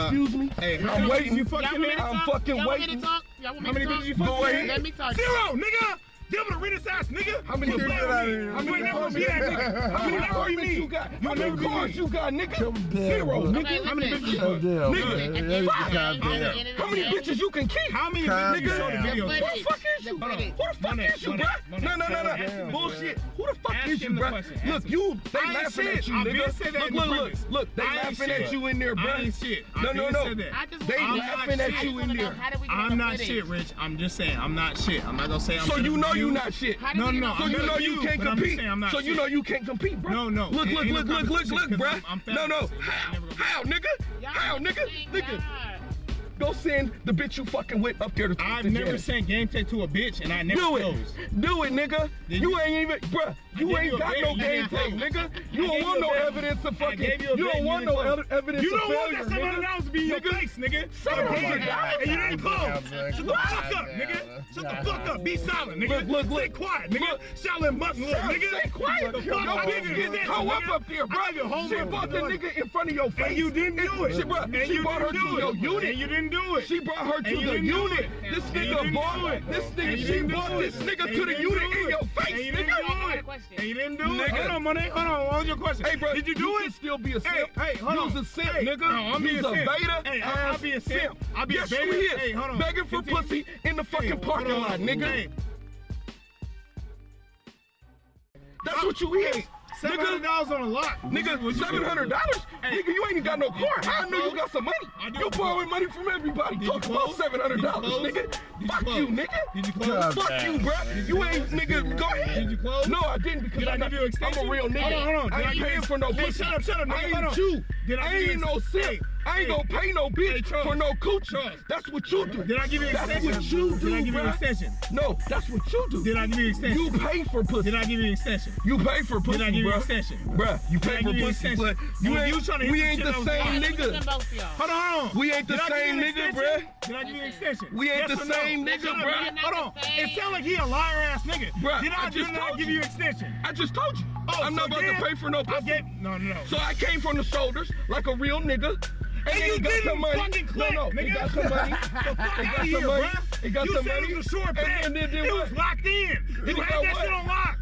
Speaker 2: Excuse me.
Speaker 3: Hey, how
Speaker 2: I'm
Speaker 3: many
Speaker 2: waiting.
Speaker 3: bitches you fuck-
Speaker 7: Y'all want me to
Speaker 2: I'm
Speaker 7: talk?
Speaker 2: fucking
Speaker 7: Y'all want me
Speaker 2: waiting.
Speaker 7: to talk? Y'all want me
Speaker 3: How
Speaker 7: to
Speaker 3: many
Speaker 7: talk?
Speaker 3: bitches you fuck?
Speaker 2: Go ahead.
Speaker 7: Let me talk.
Speaker 3: Zero, nigga. Give him a Renaissance nigga.
Speaker 4: How many
Speaker 3: You
Speaker 4: kids
Speaker 3: play
Speaker 4: you got
Speaker 3: with
Speaker 4: out
Speaker 3: me.
Speaker 4: here?
Speaker 3: How many
Speaker 4: You
Speaker 3: never
Speaker 4: cars
Speaker 3: gonna be
Speaker 4: you
Speaker 3: that
Speaker 4: got?
Speaker 3: nigga?
Speaker 4: How
Speaker 3: You
Speaker 4: many
Speaker 3: never
Speaker 4: cars
Speaker 3: be me.
Speaker 2: you got?
Speaker 3: How many cars you got, nigga? Zero,
Speaker 4: bro.
Speaker 3: nigga.
Speaker 7: Okay,
Speaker 3: How many
Speaker 7: listen.
Speaker 3: bitches?
Speaker 4: Oh, damn.
Speaker 3: Nigga.
Speaker 7: At the
Speaker 4: Yeah,
Speaker 7: end of the
Speaker 4: yeah,
Speaker 7: day,
Speaker 4: goddamn.
Speaker 7: at the end of the
Speaker 3: How many
Speaker 7: day,
Speaker 3: bitches you can keep?
Speaker 5: How many
Speaker 4: Calm
Speaker 3: Nigga, show the
Speaker 4: down.
Speaker 3: video.
Speaker 7: The
Speaker 3: Who the
Speaker 7: footage.
Speaker 3: fuck is
Speaker 7: The
Speaker 3: you? Hold on.
Speaker 7: footage.
Speaker 3: Who the fuck Monet, is you, Monet, bruh? Monet, No, no, no, ask him
Speaker 4: the
Speaker 3: the no.
Speaker 2: Bullshit. Who the fuck
Speaker 3: Ask
Speaker 2: is you,
Speaker 3: him the
Speaker 2: bro?
Speaker 3: question. Ask
Speaker 2: Look,
Speaker 3: him.
Speaker 2: you they
Speaker 3: I ain't
Speaker 2: laughing
Speaker 3: said-
Speaker 2: at you,
Speaker 3: I been
Speaker 2: nigga.
Speaker 3: said that
Speaker 2: look,
Speaker 3: in the
Speaker 2: look, look,
Speaker 3: premise.
Speaker 2: look, they
Speaker 3: I ain't
Speaker 2: laughing
Speaker 3: shit.
Speaker 2: at you in there,
Speaker 3: I
Speaker 2: bro.
Speaker 3: ain't shit. I
Speaker 2: No, no,
Speaker 3: didn't
Speaker 2: no.
Speaker 3: say that.
Speaker 7: I just
Speaker 2: They
Speaker 7: wanna know-
Speaker 2: laughing
Speaker 7: I
Speaker 2: at
Speaker 7: just
Speaker 2: you in
Speaker 7: wanna know
Speaker 2: there.
Speaker 7: how do we get the
Speaker 3: I'm not
Speaker 7: footage?
Speaker 3: shit, Rich. I'm just saying, I'm not shit. I'm not gonna say I'm.
Speaker 2: So
Speaker 3: better
Speaker 2: you
Speaker 3: than
Speaker 2: know you not shit.
Speaker 7: How do
Speaker 3: No, no,
Speaker 7: we get
Speaker 3: no.
Speaker 7: the
Speaker 2: So
Speaker 3: I'm
Speaker 2: you
Speaker 7: footage?
Speaker 3: better
Speaker 2: know
Speaker 3: than
Speaker 2: you can't
Speaker 3: but I'm just
Speaker 2: compete.
Speaker 3: saying I'm not
Speaker 2: So you
Speaker 3: shit.
Speaker 2: know you can't compete, bro.
Speaker 3: No, no.
Speaker 2: Look,
Speaker 3: It
Speaker 2: look,
Speaker 3: ain't
Speaker 2: look,
Speaker 3: no
Speaker 2: look, look, look,
Speaker 3: competition,
Speaker 2: look, bro.
Speaker 3: 'cause I'm- I'm
Speaker 2: No, no.
Speaker 3: fabulous.
Speaker 2: How,
Speaker 3: Never gonna be-
Speaker 2: how, nigga?
Speaker 7: Y'all
Speaker 2: How, nigga?
Speaker 7: thank
Speaker 2: Nigga,
Speaker 7: God.
Speaker 2: go send the bitch you fucking with up there to
Speaker 3: I've
Speaker 2: to
Speaker 3: never
Speaker 2: jail.
Speaker 3: sent game tech to a bitch, and I never
Speaker 2: Do it.
Speaker 3: closed.
Speaker 2: Do it, nigga.
Speaker 3: Did
Speaker 2: you
Speaker 3: you-
Speaker 2: ain't even, bruh,
Speaker 3: I
Speaker 2: you
Speaker 3: gave
Speaker 2: ain't
Speaker 3: you a
Speaker 2: got
Speaker 3: bet,
Speaker 2: no
Speaker 3: you
Speaker 2: game
Speaker 3: didn't close.
Speaker 2: tape, nigga.
Speaker 3: I
Speaker 2: You don't want
Speaker 3: gave you a
Speaker 2: no
Speaker 3: bet.
Speaker 2: evidence of
Speaker 3: I
Speaker 2: fucking,
Speaker 3: gave you a bet,
Speaker 2: don't
Speaker 3: you
Speaker 2: want
Speaker 3: didn't
Speaker 2: no
Speaker 3: close.
Speaker 2: ev- evidence
Speaker 3: You
Speaker 2: of
Speaker 3: don't want
Speaker 2: failure,
Speaker 3: that seven hundred
Speaker 2: nigga.
Speaker 3: dollars to be in your face, nigga.
Speaker 2: Oh
Speaker 3: Or
Speaker 2: my
Speaker 3: pay your
Speaker 2: God.
Speaker 3: dime, and you didn't
Speaker 4: Yeah,
Speaker 3: close.
Speaker 4: man.
Speaker 3: Shut the fuck up,
Speaker 4: Yeah, man.
Speaker 3: nigga. Shut the fuck up. Be silent, nigga.
Speaker 2: Look, look, look.
Speaker 3: Stay quiet, nigga. Shaolin Mutt, little
Speaker 2: Stop,
Speaker 3: nigga.
Speaker 2: Stay quiet.
Speaker 3: The
Speaker 2: Yo,
Speaker 3: fuck I did
Speaker 2: bitch,
Speaker 3: this,
Speaker 2: get
Speaker 3: this,
Speaker 2: toe up
Speaker 3: nigga.
Speaker 2: up there, bro.
Speaker 3: I did home
Speaker 2: She
Speaker 3: run
Speaker 2: bought the
Speaker 3: with it.
Speaker 2: nigga in front of your face.
Speaker 3: you didn't do it.
Speaker 2: She, bro,
Speaker 3: And
Speaker 2: she
Speaker 3: you
Speaker 2: brought her
Speaker 3: didn't
Speaker 2: to
Speaker 3: do
Speaker 2: your
Speaker 3: it.
Speaker 2: unit.
Speaker 3: And you didn't do it.
Speaker 2: She brought her to
Speaker 3: And you
Speaker 2: the
Speaker 3: didn't do
Speaker 2: unit.
Speaker 3: it.
Speaker 2: This
Speaker 3: And you didn't
Speaker 2: nigga
Speaker 3: do
Speaker 2: bought,
Speaker 3: it.
Speaker 2: this
Speaker 3: And
Speaker 2: nigga,
Speaker 3: you
Speaker 2: she
Speaker 3: didn't do
Speaker 2: brought
Speaker 3: it.
Speaker 2: this
Speaker 3: And
Speaker 2: nigga
Speaker 3: you
Speaker 2: to the
Speaker 3: didn't
Speaker 2: unit
Speaker 3: do
Speaker 2: in
Speaker 3: it.
Speaker 2: your
Speaker 3: And
Speaker 2: face,
Speaker 3: you didn't
Speaker 2: nigga.
Speaker 7: I
Speaker 3: do
Speaker 7: got a
Speaker 3: it.
Speaker 7: question.
Speaker 3: And you didn't do it.
Speaker 2: Nigga.
Speaker 3: Hold on, money. Hold on. What was your question?
Speaker 2: Hey, bro,
Speaker 3: Did you do
Speaker 2: can
Speaker 3: it?
Speaker 2: still be a
Speaker 3: Hey,
Speaker 2: simp.
Speaker 3: hey, hold
Speaker 2: you
Speaker 3: on.
Speaker 2: was a simp,
Speaker 3: hey,
Speaker 2: nigga.
Speaker 3: No, I'm
Speaker 2: you
Speaker 3: being
Speaker 2: was a
Speaker 3: simp.
Speaker 2: beta
Speaker 3: Hey, I-
Speaker 2: ass
Speaker 3: I'll be a simp. I'll be
Speaker 2: yes,
Speaker 3: a beta.
Speaker 2: you is.
Speaker 3: Hey, hold on.
Speaker 2: Begging for
Speaker 3: Continue.
Speaker 2: pussy in the
Speaker 3: Hey,
Speaker 2: fucking
Speaker 3: hold
Speaker 2: parking
Speaker 3: on.
Speaker 2: lot, nigga.
Speaker 3: Hey,
Speaker 2: That's what you is.
Speaker 3: Seven hundred
Speaker 2: Nigga,
Speaker 3: dollars on a lot.
Speaker 2: nigga, seven hundred dollars?
Speaker 3: Hey.
Speaker 2: Nigga, you ain't even got no car.
Speaker 3: Did you
Speaker 2: I know you
Speaker 3: close?
Speaker 2: got some
Speaker 3: I
Speaker 2: money.
Speaker 3: know.
Speaker 2: You borrowing money from everybody.
Speaker 3: Did you
Speaker 2: Talk about
Speaker 3: close?
Speaker 2: seven hundred dollars,
Speaker 3: Did you
Speaker 2: nigga.
Speaker 3: close? Did you
Speaker 2: Fuck
Speaker 3: close?
Speaker 2: you, nigga.
Speaker 3: Did you
Speaker 4: God
Speaker 3: close?
Speaker 2: Fuck you, bruh. You ain't, nigga. Go ahead.
Speaker 3: Did you close?
Speaker 2: No, I didn't because
Speaker 3: Did I
Speaker 2: I'm, not-
Speaker 3: give you an extension?
Speaker 2: I'm a real nigga.
Speaker 3: Hold on, hold on. Did
Speaker 2: I ain't
Speaker 3: give you-
Speaker 2: paying for no
Speaker 3: Hey,
Speaker 2: pussy.
Speaker 3: Shut up, shut up, nigga.
Speaker 2: I
Speaker 3: Hold on.
Speaker 2: ain't you.
Speaker 3: Did
Speaker 2: I
Speaker 3: give you
Speaker 2: ain't
Speaker 3: an-
Speaker 2: no
Speaker 3: Hey,
Speaker 2: simp. I ain't
Speaker 3: hey.
Speaker 2: gonna pay no
Speaker 3: Hey,
Speaker 2: bitch
Speaker 3: Charles.
Speaker 2: for no coochie.
Speaker 3: Charles.
Speaker 2: That's what you do.
Speaker 3: Did I give you an
Speaker 2: That's
Speaker 3: extension?
Speaker 2: what you do,
Speaker 3: Did I give you an
Speaker 2: bruh.
Speaker 3: extension?
Speaker 2: No, that's what you do.
Speaker 3: Did I give you an extension?
Speaker 2: You pay for pussy.
Speaker 3: Did I give you an extension?
Speaker 2: You pay for pussy,
Speaker 3: Did I give you
Speaker 2: bruh.
Speaker 3: an extension?
Speaker 2: Bruh, you
Speaker 3: Did I
Speaker 2: pay
Speaker 3: give
Speaker 2: for
Speaker 3: you
Speaker 2: pussy,
Speaker 3: an extension?
Speaker 2: but you
Speaker 3: And
Speaker 2: ain't,
Speaker 3: you trying to hit
Speaker 2: we
Speaker 3: some
Speaker 2: ain't
Speaker 3: shit
Speaker 2: the
Speaker 3: that was
Speaker 2: same
Speaker 3: wild.
Speaker 2: nigga.
Speaker 7: Both y'all.
Speaker 3: Hold on, hold on.
Speaker 2: We ain't the
Speaker 3: Did I give
Speaker 2: same
Speaker 3: you an
Speaker 2: nigga,
Speaker 3: extension?
Speaker 2: bruh.
Speaker 3: Did I give you an extension?
Speaker 2: We ain't
Speaker 3: Yes
Speaker 2: the
Speaker 3: or no?
Speaker 2: same nigga,
Speaker 3: Shut up,
Speaker 2: bruh.
Speaker 3: nigga. Hold on.
Speaker 7: Same.
Speaker 3: It sound like he a liar ass nigga.
Speaker 2: Bruh,
Speaker 3: Did
Speaker 2: I
Speaker 3: I,
Speaker 2: just
Speaker 3: did not
Speaker 2: told
Speaker 3: give
Speaker 2: you.
Speaker 3: you extension?
Speaker 2: I just told you. I'm
Speaker 3: Oh, so
Speaker 2: not about
Speaker 3: then
Speaker 2: to pay for no
Speaker 3: I
Speaker 2: pussy.
Speaker 3: gave, no, no, no.
Speaker 2: So I came from the shoulders like a real nigga. And,
Speaker 3: And
Speaker 2: then
Speaker 3: you
Speaker 2: he got
Speaker 3: didn't
Speaker 2: some money.
Speaker 3: fucking click,
Speaker 2: no, no, he
Speaker 3: nigga.
Speaker 2: got some money.
Speaker 3: the fuck
Speaker 2: He
Speaker 3: out
Speaker 2: got
Speaker 3: of here,
Speaker 2: some money.
Speaker 3: bruh.
Speaker 2: He got
Speaker 3: you
Speaker 2: some
Speaker 3: said
Speaker 2: money.
Speaker 3: it was a short
Speaker 2: And
Speaker 3: bet.
Speaker 2: then- then- then
Speaker 3: it
Speaker 2: what?
Speaker 3: was locked in.
Speaker 2: Then
Speaker 3: You
Speaker 2: what?
Speaker 3: had that
Speaker 2: What?
Speaker 3: shit on lock.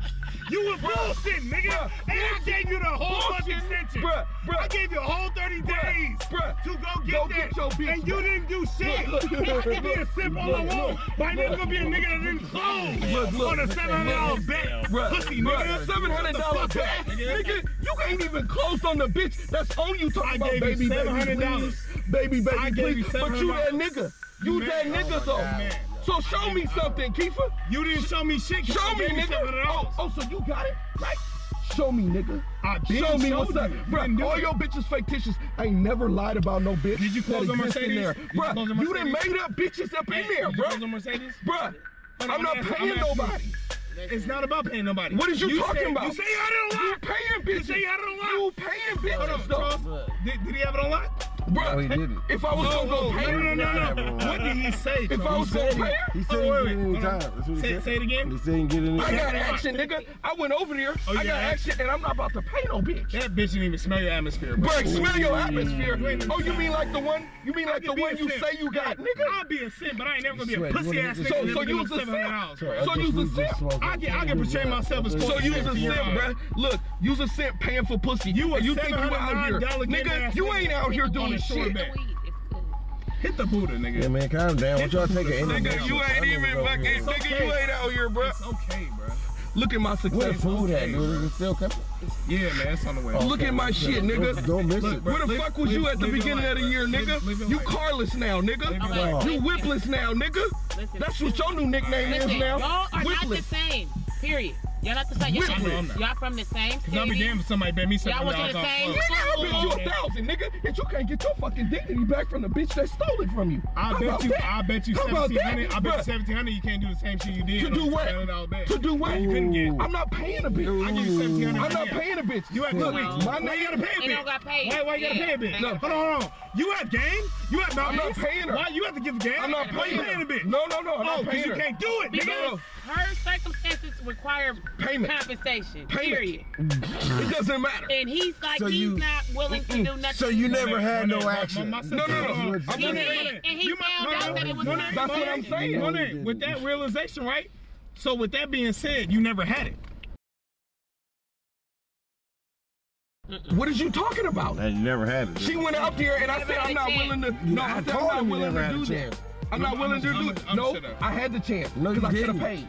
Speaker 3: You were bullshitting, nigga.
Speaker 2: Bruh.
Speaker 3: And I gave you the whole
Speaker 2: Bullshit.
Speaker 3: fucking extension.
Speaker 2: Bruh. Bruh.
Speaker 3: I gave you a whole 30 days
Speaker 2: Bruh.
Speaker 3: to go get
Speaker 2: Go
Speaker 3: that.
Speaker 2: get your bitch,
Speaker 3: and you
Speaker 2: bruh.
Speaker 3: didn't do shit.
Speaker 2: Look, look,
Speaker 3: I could be a
Speaker 2: look,
Speaker 3: simp all I
Speaker 2: look,
Speaker 3: want,
Speaker 2: look,
Speaker 3: but I never
Speaker 2: look.
Speaker 3: gonna be a nigga that didn't close
Speaker 2: Look, look.
Speaker 3: on a $700 bet.
Speaker 2: Bruh,
Speaker 3: Pussy,
Speaker 2: bruh,
Speaker 3: nigga.
Speaker 2: seven hundred dollar
Speaker 3: Shut the fuck
Speaker 2: bet,
Speaker 3: up, nigga.
Speaker 2: nigga. You ain't even close on the bitch. That's on you talking
Speaker 3: I
Speaker 2: about
Speaker 3: gave you
Speaker 2: baby, baby,
Speaker 3: $700.
Speaker 2: please, baby, baby,
Speaker 3: I gave you
Speaker 2: please. But you that
Speaker 3: $700.
Speaker 2: nigga. You
Speaker 3: Man,
Speaker 2: that
Speaker 3: oh
Speaker 2: nigga though.
Speaker 3: Man.
Speaker 2: So show me something, Kiefer.
Speaker 3: You didn't show me shit. 'cause
Speaker 2: Show
Speaker 3: I
Speaker 2: me,
Speaker 3: gave you
Speaker 2: nigga.
Speaker 3: $700.
Speaker 2: Oh, oh, so you got it, right? Show me, nigga.
Speaker 3: I been
Speaker 2: Show me
Speaker 3: showed
Speaker 2: what's up,
Speaker 3: you. You didn't
Speaker 2: bruh.
Speaker 3: do
Speaker 2: All
Speaker 3: it.
Speaker 2: your bitches fictitious. I ain't never lied about no bitch.
Speaker 3: Did you
Speaker 2: that
Speaker 3: close on
Speaker 2: exists in
Speaker 3: Mercedes?
Speaker 2: there.
Speaker 3: Did you
Speaker 2: Bruh,
Speaker 3: close on
Speaker 2: you done
Speaker 3: Mercedes?
Speaker 2: made up bitches up in
Speaker 3: Hey,
Speaker 2: there,
Speaker 3: you close on
Speaker 2: bruh.
Speaker 3: Mercedes?
Speaker 2: Bruh,
Speaker 3: Hold on,
Speaker 2: I'm not
Speaker 3: asking-
Speaker 2: paying
Speaker 3: asking you.
Speaker 2: nobody.
Speaker 3: It's not about paying nobody.
Speaker 2: What is you, talking
Speaker 3: said-
Speaker 2: about?
Speaker 3: You say you had it on
Speaker 2: You
Speaker 3: lock.
Speaker 2: paying bitches.
Speaker 3: You say you had it on lock.
Speaker 2: You paying
Speaker 3: Hold
Speaker 2: bitches
Speaker 3: on,
Speaker 2: though.
Speaker 3: Charles. Did, did he have it on lock?
Speaker 2: Bruh,
Speaker 4: No, he didn't.
Speaker 2: if I was gonna go pay
Speaker 3: No, no,
Speaker 2: her,
Speaker 3: no,
Speaker 4: Yeah,
Speaker 3: no.
Speaker 4: bro.
Speaker 3: What did he say?
Speaker 2: if I was gonna
Speaker 4: said
Speaker 2: pay
Speaker 4: he-
Speaker 2: her,
Speaker 4: He said
Speaker 3: Oh,
Speaker 4: he
Speaker 3: wait,
Speaker 4: didn't
Speaker 3: wait,
Speaker 4: get any time.
Speaker 3: hold on.
Speaker 4: That's what he
Speaker 3: Say-
Speaker 4: said.
Speaker 3: say it again.
Speaker 4: He said he didn't get any
Speaker 2: I
Speaker 4: time.
Speaker 2: got action, nigga. I went over there.
Speaker 3: Oh,
Speaker 2: I
Speaker 3: you
Speaker 2: got
Speaker 3: got
Speaker 2: action, and I'm not about to pay no bitch.
Speaker 3: That bitch didn't even smell your atmosphere, bro.
Speaker 2: Bruh, smell your atmosphere.
Speaker 3: Wait a
Speaker 2: Oh, you
Speaker 3: minute.
Speaker 2: mean like the one? You mean like
Speaker 3: I could
Speaker 2: the
Speaker 3: be
Speaker 2: one
Speaker 3: a
Speaker 2: you
Speaker 3: simp.
Speaker 2: say you got,
Speaker 3: Yeah,
Speaker 2: nigga?
Speaker 3: I'll be a simp, but I ain't never gonna be
Speaker 4: Sweat,
Speaker 3: a
Speaker 4: you
Speaker 3: pussy
Speaker 4: wanna
Speaker 3: ass
Speaker 4: get
Speaker 3: nigga.
Speaker 4: this-
Speaker 3: that
Speaker 2: So, so
Speaker 3: never
Speaker 2: you
Speaker 3: do
Speaker 2: was a simp.
Speaker 3: $700, bro.
Speaker 2: So you was a simp.
Speaker 3: I can, I can portray myself as
Speaker 2: So you was a simp, bruh. Look, you was a simp paying for pussy.
Speaker 3: You a
Speaker 2: And you think you out here,
Speaker 3: $709 getting
Speaker 2: nigga?
Speaker 3: ass
Speaker 2: You ain't
Speaker 3: nigga
Speaker 2: out here
Speaker 3: on
Speaker 2: doing
Speaker 3: a short
Speaker 2: shit.
Speaker 3: bet.
Speaker 7: Wait, it's good.
Speaker 3: Hit the Buddha, nigga.
Speaker 4: Yeah, man, calm down. What y'all taking any
Speaker 2: Nigga, you ain't even fucking. Nigga, you ain't out here, bruh.
Speaker 3: It's okay, bro.
Speaker 2: Look at my
Speaker 4: Where the
Speaker 2: success.
Speaker 4: food at, dude? It's still coming.
Speaker 3: Yeah, man, it's on the way.
Speaker 2: Look at my shit, nigga.
Speaker 4: Don't miss
Speaker 3: Look,
Speaker 4: it.
Speaker 3: bro.
Speaker 2: Where the
Speaker 3: Live-
Speaker 2: fuck was you
Speaker 3: live-
Speaker 2: at the
Speaker 3: live your
Speaker 2: beginning
Speaker 3: life,
Speaker 2: of the
Speaker 3: bro.
Speaker 2: year,
Speaker 3: Live-
Speaker 2: nigga?
Speaker 3: live your
Speaker 2: you
Speaker 3: life.
Speaker 2: carless now, nigga.
Speaker 3: your
Speaker 7: life.
Speaker 2: You whipless now, nigga.
Speaker 7: Listen.
Speaker 2: That's what your new nickname is
Speaker 7: Listen, y'all
Speaker 2: now.
Speaker 7: are not the
Speaker 2: Whipless.
Speaker 7: same. Period. Y'all not the same. Y'all,
Speaker 2: Whipless.
Speaker 3: No, I'm not.
Speaker 7: y'all from the same
Speaker 3: Cause I'll be
Speaker 7: city.
Speaker 3: damned if somebody bet me
Speaker 7: Y'all
Speaker 3: something.
Speaker 7: went to the same
Speaker 2: Nigga, I bet you
Speaker 7: school.
Speaker 2: a thousand, nigga, and you can't get your fucking dignity back from the bitch that stole it from you.
Speaker 3: I
Speaker 2: How
Speaker 3: bet
Speaker 2: about
Speaker 3: you.
Speaker 2: that?
Speaker 3: I bet you
Speaker 2: How about
Speaker 3: seventeen hundred. I
Speaker 2: that,
Speaker 3: bet you
Speaker 2: bruh?
Speaker 3: seventeen hundred. You can't do the same shit you did.
Speaker 2: To
Speaker 3: on
Speaker 2: do
Speaker 3: the
Speaker 2: what?
Speaker 3: $700 bet.
Speaker 2: To do what?
Speaker 3: You couldn't get.
Speaker 2: I'm not paying a bitch.
Speaker 3: I give you seventeen hundred.
Speaker 2: I'm not paying a bitch.
Speaker 3: You had
Speaker 2: Look,
Speaker 3: two weeks.
Speaker 2: my
Speaker 3: Why you
Speaker 2: nigga,
Speaker 3: gotta pay a
Speaker 7: And
Speaker 3: bitch?
Speaker 7: don't got paid.
Speaker 3: Why, why you gotta pay a
Speaker 7: Yeah,
Speaker 3: bitch?
Speaker 7: thank you.
Speaker 3: Hold on, hold on. You have game. You have not.
Speaker 2: I'm not paying her.
Speaker 3: Why you have to give game?
Speaker 2: I'm not
Speaker 3: Why you
Speaker 2: paying
Speaker 3: paying
Speaker 2: her.
Speaker 3: a bitch.
Speaker 2: No, no, no, I'm
Speaker 3: oh,
Speaker 2: not paying
Speaker 3: you
Speaker 2: her.
Speaker 3: can't do it,
Speaker 7: Because
Speaker 3: nigga.
Speaker 7: her circumstances require
Speaker 2: Payment.
Speaker 7: compensation.
Speaker 2: Payment.
Speaker 7: Period.
Speaker 2: It doesn't matter.
Speaker 7: And he's like
Speaker 4: So
Speaker 7: he's
Speaker 4: you-
Speaker 7: not willing to do nothing.
Speaker 4: So you never had
Speaker 3: Monet,
Speaker 4: no
Speaker 3: my-
Speaker 4: action.
Speaker 3: my- my sister-
Speaker 2: No, no, no.
Speaker 3: Hold on.
Speaker 2: I'm
Speaker 3: I'm
Speaker 2: just
Speaker 3: just
Speaker 2: saying-
Speaker 3: saying.
Speaker 7: And he
Speaker 3: You might-
Speaker 7: found
Speaker 3: hold
Speaker 7: out
Speaker 3: on.
Speaker 7: that it was
Speaker 3: Monet,
Speaker 7: not-
Speaker 2: That's what I'm
Speaker 3: Monet,
Speaker 2: saying.
Speaker 3: Monet, with that realization, right? So with that being said, you never had it.
Speaker 2: What is you talking about?
Speaker 4: And you never had it.
Speaker 2: She went up there and I said, I'm not willing to. No, I said, I'm
Speaker 4: told
Speaker 2: not
Speaker 4: him you
Speaker 2: willing
Speaker 4: never
Speaker 2: to
Speaker 4: had a
Speaker 2: do
Speaker 4: chance.
Speaker 2: that. I'm not
Speaker 3: I'm
Speaker 2: willing to
Speaker 3: just-
Speaker 2: do.
Speaker 3: I'm- I'm
Speaker 2: No,
Speaker 3: shut up.
Speaker 2: I had the chance.
Speaker 4: No, you
Speaker 2: Because I could have
Speaker 4: didn't.
Speaker 2: paid.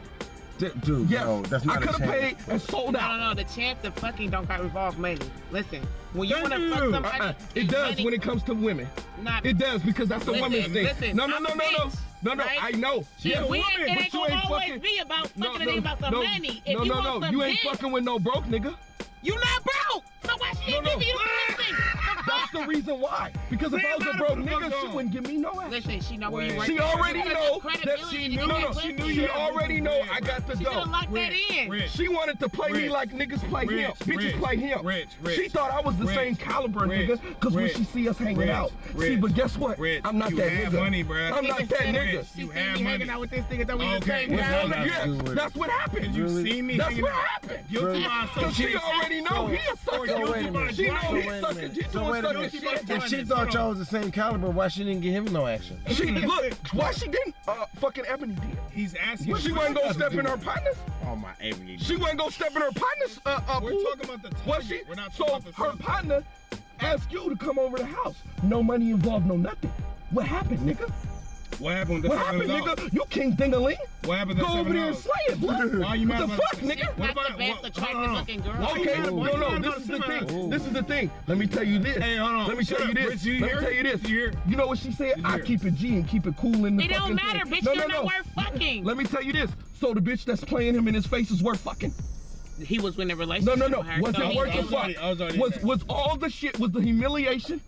Speaker 4: D- dude,
Speaker 2: Yes,
Speaker 4: no, that's
Speaker 2: I
Speaker 4: not
Speaker 2: could
Speaker 4: a
Speaker 2: have paid
Speaker 4: chance.
Speaker 2: and sold
Speaker 7: No,
Speaker 2: out.
Speaker 7: no, no. The chance of fucking don't got revolve money. Listen, when you
Speaker 3: Thank
Speaker 7: want to fuck
Speaker 3: you.
Speaker 7: somebody,
Speaker 2: Uh-uh. It does
Speaker 7: money-
Speaker 2: when it comes to women.
Speaker 7: Not,
Speaker 2: It does because that's a
Speaker 7: Listen,
Speaker 2: woman's thing.
Speaker 7: listen,
Speaker 2: no, no,
Speaker 7: I'm
Speaker 2: no, no,
Speaker 7: a
Speaker 2: no,
Speaker 7: bitch,
Speaker 2: no, no.
Speaker 7: right?
Speaker 2: I know she's
Speaker 7: Yeah,
Speaker 2: a
Speaker 7: we
Speaker 2: woman,
Speaker 7: ain't- it ain't
Speaker 2: but you
Speaker 7: gonna
Speaker 2: ain't
Speaker 7: always
Speaker 2: fucking.
Speaker 7: be about
Speaker 2: no,
Speaker 7: fucking.
Speaker 2: no,
Speaker 7: it ain't about some
Speaker 2: no,
Speaker 7: money. If
Speaker 2: no,
Speaker 7: you
Speaker 2: no,
Speaker 7: want
Speaker 2: no.
Speaker 7: some
Speaker 2: you ain't
Speaker 7: dick,
Speaker 2: fucking with no broke nigga.
Speaker 7: You not broke. So why she
Speaker 2: No,
Speaker 7: ain't
Speaker 2: no.
Speaker 7: giving you the pussy?
Speaker 2: That's the reason why. Because if I was a
Speaker 3: Grandma,
Speaker 2: broke
Speaker 3: the fuck
Speaker 2: nigga, she
Speaker 3: on.
Speaker 2: wouldn't give me no ass.
Speaker 7: Listen, she know where you work.
Speaker 2: She already
Speaker 7: Because
Speaker 2: know
Speaker 7: of
Speaker 2: that she
Speaker 7: credibility
Speaker 2: knew.
Speaker 7: to
Speaker 2: No,
Speaker 7: get
Speaker 2: no,
Speaker 7: pussy.
Speaker 2: she knew. She already know I got the
Speaker 7: She should have
Speaker 2: dough.
Speaker 7: locked that
Speaker 3: Rich,
Speaker 7: in.
Speaker 3: rich.
Speaker 2: She wanted to play me
Speaker 3: Rich.
Speaker 2: like niggas play him.
Speaker 3: Rich,
Speaker 2: Bitches
Speaker 3: rich,
Speaker 2: play him.
Speaker 3: rich, rich,
Speaker 2: she thought I was the
Speaker 3: rich,
Speaker 2: same caliber
Speaker 3: rich,
Speaker 2: nigga because when
Speaker 3: rich,
Speaker 2: she see us hanging
Speaker 3: rich,
Speaker 2: out. see,
Speaker 3: rich,
Speaker 2: but guess what?
Speaker 3: rich.
Speaker 2: I'm not
Speaker 3: You
Speaker 2: that
Speaker 3: have
Speaker 2: nigga.
Speaker 3: money, bruh.
Speaker 2: I'm not
Speaker 7: Nigga
Speaker 2: that
Speaker 7: said
Speaker 2: nigga.
Speaker 7: She
Speaker 3: You
Speaker 7: seen
Speaker 3: have
Speaker 7: me
Speaker 3: money.
Speaker 7: hanging out with this nigga that we in the
Speaker 3: Okay,
Speaker 7: same
Speaker 3: what's
Speaker 7: town.
Speaker 3: that got to
Speaker 2: Yes,
Speaker 4: do with it?
Speaker 2: that's what happened.
Speaker 3: Did you see me?
Speaker 2: That's
Speaker 3: hanging
Speaker 2: what
Speaker 3: out-
Speaker 2: happened.
Speaker 3: Guilty by
Speaker 2: Cause she
Speaker 3: association.
Speaker 2: already know he a
Speaker 3: So
Speaker 2: sucker.
Speaker 3: wait a
Speaker 2: Guilty by-
Speaker 3: minute.
Speaker 2: She
Speaker 3: So
Speaker 2: know
Speaker 3: wait
Speaker 2: he
Speaker 3: a
Speaker 2: a
Speaker 3: minute.
Speaker 2: sucker. She
Speaker 4: So
Speaker 2: doing
Speaker 4: wait a
Speaker 2: sucker
Speaker 4: minute.
Speaker 2: shit.
Speaker 4: If she thought y'all was the same caliber, why she didn't give him no action?
Speaker 2: She look. Why she didn't? Uh, fucking Ebony did.
Speaker 3: He's asking.
Speaker 2: Well, she wasn't gonna step in her partners.
Speaker 5: Oh my Ebony.
Speaker 2: She wasn't gonna step in her partner's. Uh, uh,
Speaker 3: We're
Speaker 2: pool.
Speaker 3: talking about the
Speaker 2: Well,
Speaker 3: target.
Speaker 2: she.
Speaker 3: We're not
Speaker 2: so
Speaker 3: talking about the
Speaker 2: her
Speaker 3: subject.
Speaker 2: partner asked you to come over the house. No money involved. No nothing. What happened, nigga?
Speaker 3: What happened with
Speaker 2: What
Speaker 3: the seven
Speaker 2: happened,
Speaker 3: dollars?
Speaker 2: nigga? You king dingaling.
Speaker 3: What happened to
Speaker 2: Go over
Speaker 3: seven
Speaker 2: there and slay it, boy.
Speaker 3: Why you
Speaker 2: what
Speaker 3: mad
Speaker 2: the
Speaker 3: about
Speaker 2: fuck,
Speaker 3: that?
Speaker 2: nigga?
Speaker 3: What
Speaker 7: Not the
Speaker 3: about-
Speaker 7: best
Speaker 3: what-
Speaker 7: attractive
Speaker 3: uh-uh.
Speaker 7: looking girl.
Speaker 3: Why you
Speaker 2: Okay,
Speaker 3: mad-
Speaker 2: no,
Speaker 3: why you
Speaker 2: no,
Speaker 3: mad
Speaker 2: this
Speaker 3: about
Speaker 2: is the
Speaker 3: seven
Speaker 2: thing.
Speaker 3: dollars?
Speaker 2: This is the thing. Let me tell you this.
Speaker 3: Hey, hold on.
Speaker 2: Let me
Speaker 3: Shut
Speaker 2: tell you
Speaker 3: up,
Speaker 2: this.
Speaker 3: Rich, you
Speaker 2: Let
Speaker 3: hear?
Speaker 2: me tell you this.
Speaker 3: You hear?
Speaker 2: You know what she said?
Speaker 3: You
Speaker 2: I
Speaker 3: hear?
Speaker 2: keep it G and keep it cool in the
Speaker 7: It
Speaker 2: fucking
Speaker 7: don't matter,
Speaker 2: thing.
Speaker 7: bitch.
Speaker 2: No,
Speaker 7: You're
Speaker 2: no, no.
Speaker 7: not worth fucking.
Speaker 2: Let me tell you this. So the bitch that's playing him in his face is worth fucking.
Speaker 7: He was in a
Speaker 2: No,
Speaker 7: relationship.
Speaker 2: no, no.
Speaker 7: with her,
Speaker 2: Was
Speaker 7: so
Speaker 2: it
Speaker 7: he
Speaker 2: worth the
Speaker 7: knows.
Speaker 3: already-
Speaker 2: fuck?
Speaker 3: I was already
Speaker 2: Was
Speaker 3: there.
Speaker 2: was all the shit? Was the humiliation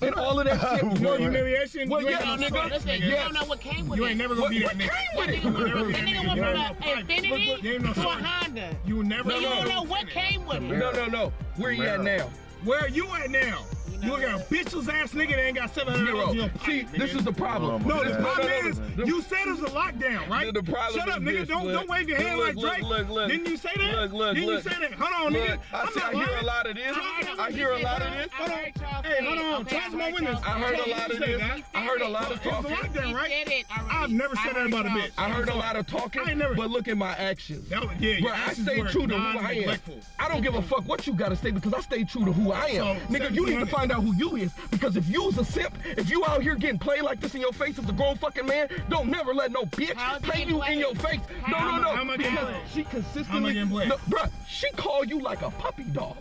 Speaker 2: and all of that shit?
Speaker 3: No
Speaker 2: worth it?
Speaker 3: humiliation.
Speaker 2: Well,
Speaker 3: You ain't
Speaker 2: yes,
Speaker 3: gonna
Speaker 2: nigga.
Speaker 3: fuck,
Speaker 7: Listen, you
Speaker 2: Yes.
Speaker 7: don't know what came with
Speaker 3: You
Speaker 7: it.
Speaker 3: ain't never
Speaker 2: What,
Speaker 3: gonna be that
Speaker 2: what
Speaker 3: nigga.
Speaker 2: came
Speaker 7: That
Speaker 2: with
Speaker 7: nigga went
Speaker 2: it?
Speaker 7: from, that nigga
Speaker 3: You
Speaker 7: went
Speaker 3: ain't
Speaker 7: from a
Speaker 3: no
Speaker 7: Infinity
Speaker 3: pipe. You ain't no
Speaker 7: to a
Speaker 3: pipe.
Speaker 7: Honda.
Speaker 3: You never.
Speaker 7: You don't know what came with it.
Speaker 2: No, no, no. Where you at now?
Speaker 3: Where you at now? You got a bitchless ass nigga that ain't got seven hundred dollars
Speaker 2: Zero.
Speaker 3: in your pocket.
Speaker 2: See, this
Speaker 3: nigga.
Speaker 2: is the problem.
Speaker 4: Oh,
Speaker 3: No, the
Speaker 4: Yeah.
Speaker 3: problem
Speaker 2: no, no,
Speaker 3: is
Speaker 2: no.
Speaker 3: you said it was a lockdown, right?
Speaker 2: The- the problem
Speaker 3: Shut up,
Speaker 2: is
Speaker 3: nigga.
Speaker 2: this,
Speaker 3: don't
Speaker 2: look.
Speaker 3: don't wave your hand
Speaker 2: Look,
Speaker 3: like Drake.
Speaker 2: look, look, look.
Speaker 3: Didn't you say that?
Speaker 2: Look, look,
Speaker 3: Didn't
Speaker 2: look.
Speaker 3: you say that? Hold on,
Speaker 2: Look,
Speaker 3: nigga.
Speaker 2: I,
Speaker 3: I'm
Speaker 2: see,
Speaker 3: not
Speaker 2: I hear
Speaker 3: lying.
Speaker 2: a lot of this.
Speaker 3: Charles,
Speaker 7: know
Speaker 2: I
Speaker 7: what
Speaker 2: hear
Speaker 7: you
Speaker 2: a
Speaker 7: said,
Speaker 2: lot of
Speaker 7: bro.
Speaker 2: this.
Speaker 7: I heard y'all
Speaker 3: Hey,
Speaker 7: say
Speaker 3: hold
Speaker 7: it.
Speaker 3: on.
Speaker 7: Okay,
Speaker 3: Charles, my
Speaker 7: heard
Speaker 3: witness.
Speaker 7: y'all
Speaker 2: I heard
Speaker 7: say
Speaker 2: a
Speaker 7: it.
Speaker 2: lot of
Speaker 3: He said
Speaker 2: this.
Speaker 3: that.
Speaker 2: I heard a lot of
Speaker 3: It's a
Speaker 2: talking.
Speaker 3: lockdown,
Speaker 7: He
Speaker 3: right?
Speaker 7: said it already.
Speaker 3: I've never
Speaker 7: I
Speaker 3: said that
Speaker 7: heard
Speaker 3: about a
Speaker 7: y'all
Speaker 3: bitch.
Speaker 7: say
Speaker 2: I heard a
Speaker 3: So,
Speaker 2: lot of talking,
Speaker 3: I ain't never-
Speaker 2: but look at my actions.
Speaker 3: That was, yeah, your
Speaker 2: Bro, I
Speaker 3: actions
Speaker 2: stay
Speaker 3: were
Speaker 2: true to who I am.
Speaker 3: non-neglectful.
Speaker 2: I don't give a fuck what you gotta say because I stay true to who I am.
Speaker 3: So,
Speaker 2: Nigga, you need to
Speaker 3: 700.
Speaker 2: find out who you is because if you's a simp, if you out here getting played like this in your face as a grown fucking man, don't never let no bitch
Speaker 7: How is he
Speaker 2: play
Speaker 7: getting
Speaker 2: you in
Speaker 7: played?
Speaker 2: your face. No,
Speaker 7: How-
Speaker 2: no, no.
Speaker 3: how am I getting
Speaker 2: because
Speaker 3: played?
Speaker 2: she consistently.
Speaker 3: getting played?
Speaker 2: No, bro, she call you like a puppy dog.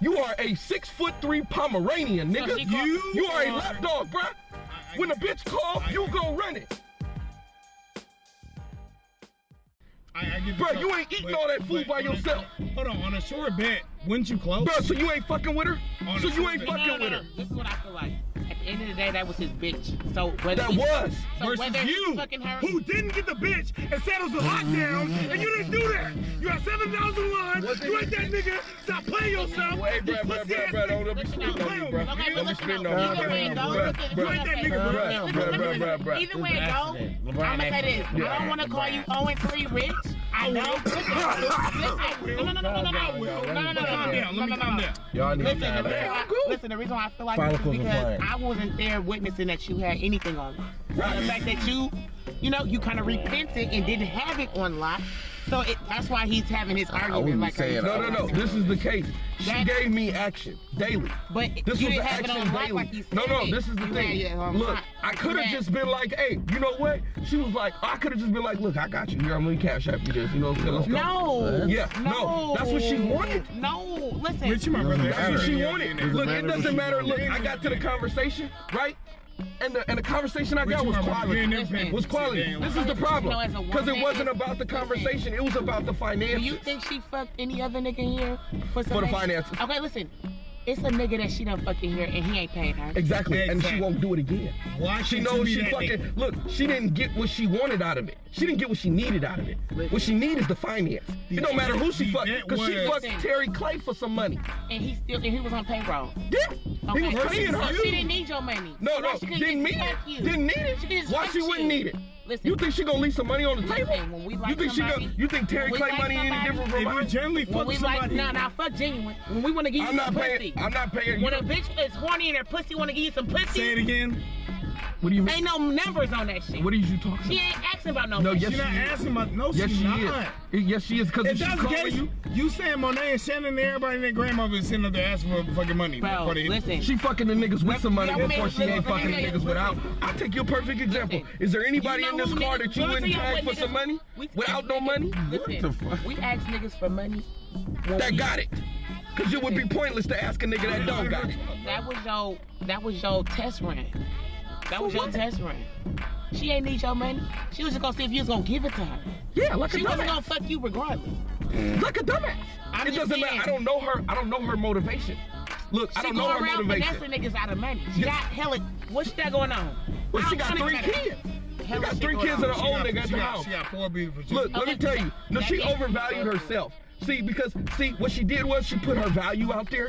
Speaker 2: You are a six foot three Pomeranian,
Speaker 7: So
Speaker 2: nigga.
Speaker 7: she call-
Speaker 2: you, you are a
Speaker 3: are-
Speaker 2: lap dog, bruh.
Speaker 3: I
Speaker 2: When a
Speaker 3: get
Speaker 2: bitch call,
Speaker 3: I-
Speaker 2: you
Speaker 3: I-
Speaker 2: go run it.
Speaker 3: I, I get the
Speaker 2: Bruh,
Speaker 3: joke,
Speaker 2: you ain't eating all that food by
Speaker 3: on a-
Speaker 2: yourself.
Speaker 3: hold on, on a short bet, wouldn't you close?
Speaker 2: Bruh, so you ain't fucking with her?
Speaker 3: On
Speaker 2: So
Speaker 3: the
Speaker 2: you ain't
Speaker 3: surface.
Speaker 2: fucking
Speaker 7: No, no,
Speaker 2: with
Speaker 7: no.
Speaker 2: her?
Speaker 7: This is what I feel like. At the end of the day, that was his bitch. So whether
Speaker 2: That
Speaker 7: he-
Speaker 2: was.
Speaker 7: so whether
Speaker 3: versus
Speaker 7: he
Speaker 3: you,
Speaker 7: fucking her,
Speaker 3: who didn't get the bitch and said it was a lockdown, and you didn't do that. You had seven dollars in line. You ain't that nigga. Stop playing yourself.
Speaker 2: Hey,
Speaker 3: you
Speaker 2: bruh, bruh,
Speaker 3: pussy
Speaker 2: bruh,
Speaker 3: ass
Speaker 2: bruh, don't
Speaker 3: nigga.
Speaker 2: let me
Speaker 7: Listen
Speaker 2: spit
Speaker 7: out.
Speaker 2: on you, bruh.
Speaker 7: Okay,
Speaker 2: Don't
Speaker 7: but
Speaker 2: be
Speaker 7: listen
Speaker 2: spitting
Speaker 7: out.
Speaker 2: on me,
Speaker 7: Either way it
Speaker 2: bruh.
Speaker 7: goes,
Speaker 2: Bruh,
Speaker 7: listen-
Speaker 2: bruh,
Speaker 7: listen,
Speaker 3: bruh, bruh,
Speaker 7: okay. Listen,
Speaker 2: bruh,
Speaker 7: listen,
Speaker 2: bruh,
Speaker 7: listen.
Speaker 2: bruh, bruh.
Speaker 7: Either way it goes, I'm gonna say this. I don't want to call you 0 and 3 rich. I know. Listen, no, no, no, no, no, no, no, no, no, no,
Speaker 3: Calm down.
Speaker 7: no,
Speaker 3: Let
Speaker 7: no,
Speaker 3: me
Speaker 7: no,
Speaker 3: calm
Speaker 7: no.
Speaker 3: down.
Speaker 4: Y'all need to
Speaker 7: Listen, the
Speaker 4: die
Speaker 7: reason,
Speaker 4: back.
Speaker 7: why, listen, the reason why I feel like
Speaker 4: Follicles
Speaker 7: this is because
Speaker 4: required.
Speaker 7: I wasn't there witnessing that you had anything on lock. So the fact that you, you know, you kind of repented and didn't have it on lock, so it, that's why he's having his argument.
Speaker 4: wouldn't
Speaker 7: like
Speaker 4: say it.
Speaker 2: No, no, no. This is the case. She
Speaker 7: That-
Speaker 2: gave me action daily.
Speaker 7: But
Speaker 2: This
Speaker 7: you
Speaker 2: was
Speaker 7: didn't have it
Speaker 2: action
Speaker 7: on lock
Speaker 2: daily.
Speaker 7: like you said.
Speaker 2: no, no. This is the
Speaker 7: You had it
Speaker 2: thing.
Speaker 7: on
Speaker 2: Look,
Speaker 7: lock.
Speaker 2: I
Speaker 7: Like you
Speaker 2: could have
Speaker 7: had-
Speaker 2: just been like, "Hey, you know what?" She was like, "I could have just been like, look, I got you. Here, I'm gonna cash app you this. You know what I'm saying? Let's go."
Speaker 7: No.
Speaker 2: Yeah, no, that's what she wanted.
Speaker 7: No, listen.
Speaker 3: Rich, you my brother.
Speaker 2: That's what she wanted. Look, it
Speaker 4: matter what
Speaker 2: doesn't
Speaker 4: she
Speaker 2: matter. Look,
Speaker 3: wanted.
Speaker 2: I got to the conversation, right? And the, and the conversation I
Speaker 3: Rich,
Speaker 2: got
Speaker 3: you
Speaker 2: was
Speaker 3: my brother. You ain't never
Speaker 7: Listen.
Speaker 3: been-
Speaker 2: quality. Was quality. This is the problem.
Speaker 7: You know, as a
Speaker 2: Because it
Speaker 7: woman,
Speaker 2: wasn't
Speaker 7: it's-
Speaker 2: about the conversation. It was about the
Speaker 7: Do
Speaker 2: finances.
Speaker 7: you think she fucked any other nigga here for some
Speaker 2: For the
Speaker 7: ass-
Speaker 2: finances.
Speaker 7: Okay, listen. It's a nigga that she done fucking here and he ain't paying her.
Speaker 2: Exactly. And she
Speaker 3: Exactly.
Speaker 2: won't do it again.
Speaker 3: Why
Speaker 2: She
Speaker 3: should you
Speaker 2: knows
Speaker 3: be
Speaker 2: she
Speaker 3: that
Speaker 2: fucking
Speaker 3: nigga?
Speaker 2: look. She didn't get what she wanted out of it. She didn't get what she needed out of it. What she needs is the finance. It don't matter who she
Speaker 3: The
Speaker 2: fucked,
Speaker 3: net
Speaker 2: cause she
Speaker 3: worth.
Speaker 2: fucked Terry Clay for some money.
Speaker 7: And he still and he was on payroll.
Speaker 2: Yeah, he
Speaker 7: Okay.
Speaker 2: was paying
Speaker 7: so
Speaker 2: her.
Speaker 7: she didn't need your money.
Speaker 2: No,
Speaker 7: So why
Speaker 2: no,
Speaker 7: she couldn't
Speaker 2: didn't
Speaker 7: just
Speaker 2: need
Speaker 7: fuck
Speaker 2: it.
Speaker 7: you?
Speaker 2: Didn't need it.
Speaker 7: She could just
Speaker 2: Why
Speaker 7: fuck
Speaker 2: she wouldn't
Speaker 7: you.
Speaker 2: need it?
Speaker 7: Listen.
Speaker 2: You think she gonna leave some money on the table?
Speaker 7: Listen, when we like
Speaker 2: you think she
Speaker 7: somebody-
Speaker 2: gonna? You think Terry
Speaker 7: when we
Speaker 2: Clay
Speaker 7: like
Speaker 2: money any
Speaker 7: somebody-
Speaker 2: different from
Speaker 3: If you
Speaker 2: mine?
Speaker 3: generally
Speaker 7: When
Speaker 3: fuck
Speaker 7: we like,
Speaker 3: somebody,
Speaker 7: nah, nah, fuck genuine. When we want to give you
Speaker 2: I'm not
Speaker 7: some pussy.
Speaker 2: paying. I'm not paying. You
Speaker 7: when a bitch is horny and her pussy want to give you some pussy.
Speaker 3: say it again.
Speaker 2: What do you mean?
Speaker 7: Ain't no numbers on that shit.
Speaker 2: What are you talking
Speaker 7: She
Speaker 2: about?
Speaker 7: ain't asking about no.
Speaker 2: No,
Speaker 7: numbers.
Speaker 2: yes,
Speaker 3: She not
Speaker 2: she is.
Speaker 3: asking about no.
Speaker 2: Yes,
Speaker 3: she,
Speaker 2: she
Speaker 3: not.
Speaker 2: is. Yes, she is. Because
Speaker 3: If
Speaker 2: she
Speaker 3: that's the
Speaker 2: calling
Speaker 3: case,
Speaker 2: you,
Speaker 3: you, saying Monet and Shannon and everybody and their grandmother is sitting up there asking for fucking money.
Speaker 7: Bro,
Speaker 3: for the-
Speaker 7: listen.
Speaker 2: she fucking the niggas with some money
Speaker 7: Y'all
Speaker 2: before
Speaker 7: men-
Speaker 2: she ain't
Speaker 7: listen,
Speaker 2: fucking the
Speaker 7: listen,
Speaker 2: niggas without. I take your perfect example. Is there anybody
Speaker 7: You know
Speaker 2: in this
Speaker 7: who
Speaker 2: car
Speaker 7: niggas-
Speaker 2: that you
Speaker 7: Let me
Speaker 2: wouldn't
Speaker 7: tell y'all
Speaker 2: tag for
Speaker 7: what
Speaker 2: some
Speaker 7: niggas-
Speaker 2: money
Speaker 7: we-
Speaker 2: without no money?
Speaker 7: Listen,
Speaker 5: the fuck?
Speaker 7: we ask niggas for money. when
Speaker 2: That
Speaker 7: we-
Speaker 2: got it. Because it would be pointless to ask a nigga that don't got it.
Speaker 7: That was your. That was your test run. That was your test run. She ain't need your money. She was just gonna see if you was gonna give it to her.
Speaker 2: Yeah, like a
Speaker 7: She wasn't
Speaker 2: dumbass.
Speaker 7: gonna fuck you regardless.
Speaker 2: Like a dumbass.
Speaker 7: I'm
Speaker 2: It
Speaker 7: just
Speaker 2: doesn't
Speaker 7: saying.
Speaker 2: matter. I don't know her. I don't know her motivation. Look, I
Speaker 7: She
Speaker 2: don't know
Speaker 7: go
Speaker 2: her
Speaker 7: around
Speaker 2: motivation.
Speaker 7: finessing niggas out of money. She got hella. What she got going on?
Speaker 2: Well,
Speaker 7: I
Speaker 2: she
Speaker 7: don't
Speaker 2: got
Speaker 7: wanna
Speaker 2: three
Speaker 7: matter.
Speaker 2: kids. She
Speaker 7: Hella
Speaker 2: got
Speaker 7: shit
Speaker 2: three
Speaker 7: going
Speaker 2: kids and
Speaker 7: on.
Speaker 2: an old
Speaker 3: She
Speaker 2: nigga
Speaker 3: got-
Speaker 2: at the house.
Speaker 3: She got four beautiful children.
Speaker 2: Look, let me
Speaker 7: Okay.
Speaker 2: tell you. No, she
Speaker 7: That is-
Speaker 2: overvalued herself. See, because see, what she did was she put her value out there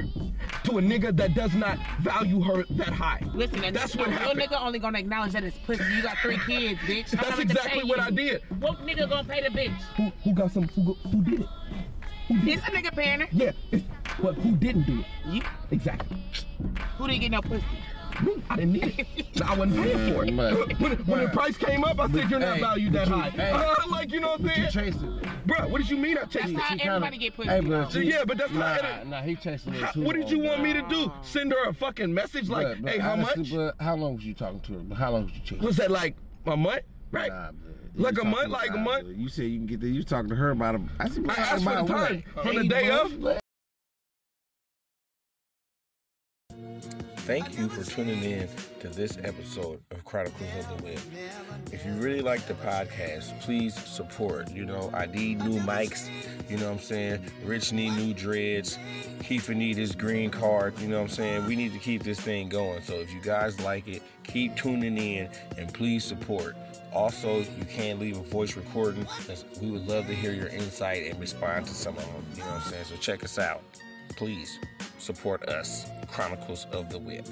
Speaker 2: to a nigga that does not value her that high.
Speaker 7: Listen, and
Speaker 2: that's what
Speaker 7: a
Speaker 2: happened.
Speaker 7: real nigga only gonna acknowledge that it's pussy. You got three kids, bitch.
Speaker 2: That's
Speaker 7: I'm gonna
Speaker 2: exactly
Speaker 7: pay
Speaker 2: what
Speaker 7: you.
Speaker 2: I did.
Speaker 7: What nigga gonna pay the bitch?
Speaker 2: Who, who got some? Who, go- who did it? Who did
Speaker 7: It's
Speaker 2: it?
Speaker 7: a nigga parent.
Speaker 2: Yeah, it's, but who didn't do it?
Speaker 7: You,
Speaker 2: Exactly.
Speaker 7: who didn't get no pussy?
Speaker 2: Me, I didn't need it. I wasn't paying for it.
Speaker 5: But-
Speaker 2: when, when the
Speaker 5: but-
Speaker 2: price came up, I said you're not
Speaker 5: hey,
Speaker 2: valued
Speaker 5: but
Speaker 2: that
Speaker 5: you-
Speaker 2: high.
Speaker 5: hey.
Speaker 2: Uh, like you know what I'm
Speaker 5: He
Speaker 2: saying?
Speaker 5: chasing it.
Speaker 2: Bruh, what did you mean I chased
Speaker 7: That's
Speaker 2: you?
Speaker 7: how
Speaker 5: kinda-
Speaker 7: everybody get pussy.
Speaker 5: Hey,
Speaker 7: though.
Speaker 5: bro. she-
Speaker 2: Yeah, but that's not
Speaker 5: Nah,
Speaker 2: it.
Speaker 5: nah, he chasing it
Speaker 2: How-
Speaker 5: too
Speaker 2: What did
Speaker 5: long,
Speaker 2: you want
Speaker 5: bro.
Speaker 2: me to do? Send her a fucking message like,
Speaker 5: But- but
Speaker 2: hey, how
Speaker 5: honestly,
Speaker 2: much?
Speaker 5: But how long was you talking to her? But How long was you chasing?
Speaker 2: Was that like a month? Right?
Speaker 5: Nah, blood.
Speaker 2: Like
Speaker 5: You
Speaker 2: a month,
Speaker 5: talking
Speaker 2: like a
Speaker 5: about-
Speaker 2: month?
Speaker 5: You said you can get there. You was talking to her about a. I, said,
Speaker 2: I asked for the
Speaker 5: about what?
Speaker 2: time from the
Speaker 5: Eight
Speaker 2: day
Speaker 5: months?
Speaker 2: of.
Speaker 6: Thank you for tuning in to this episode of Chronicles of the Web. If you really like the podcast, please support. You know, I need new mics. You know what I'm saying? Rich need new dreads. Keefa need his green card. You know what I'm saying? We need to keep this thing going. So if you guys like it, keep tuning in and please support. Also, you can leave a voice recording. We would love to hear your insight and respond to some of them. You know what I'm saying? So check us out please support us, Chronicles of the Whip.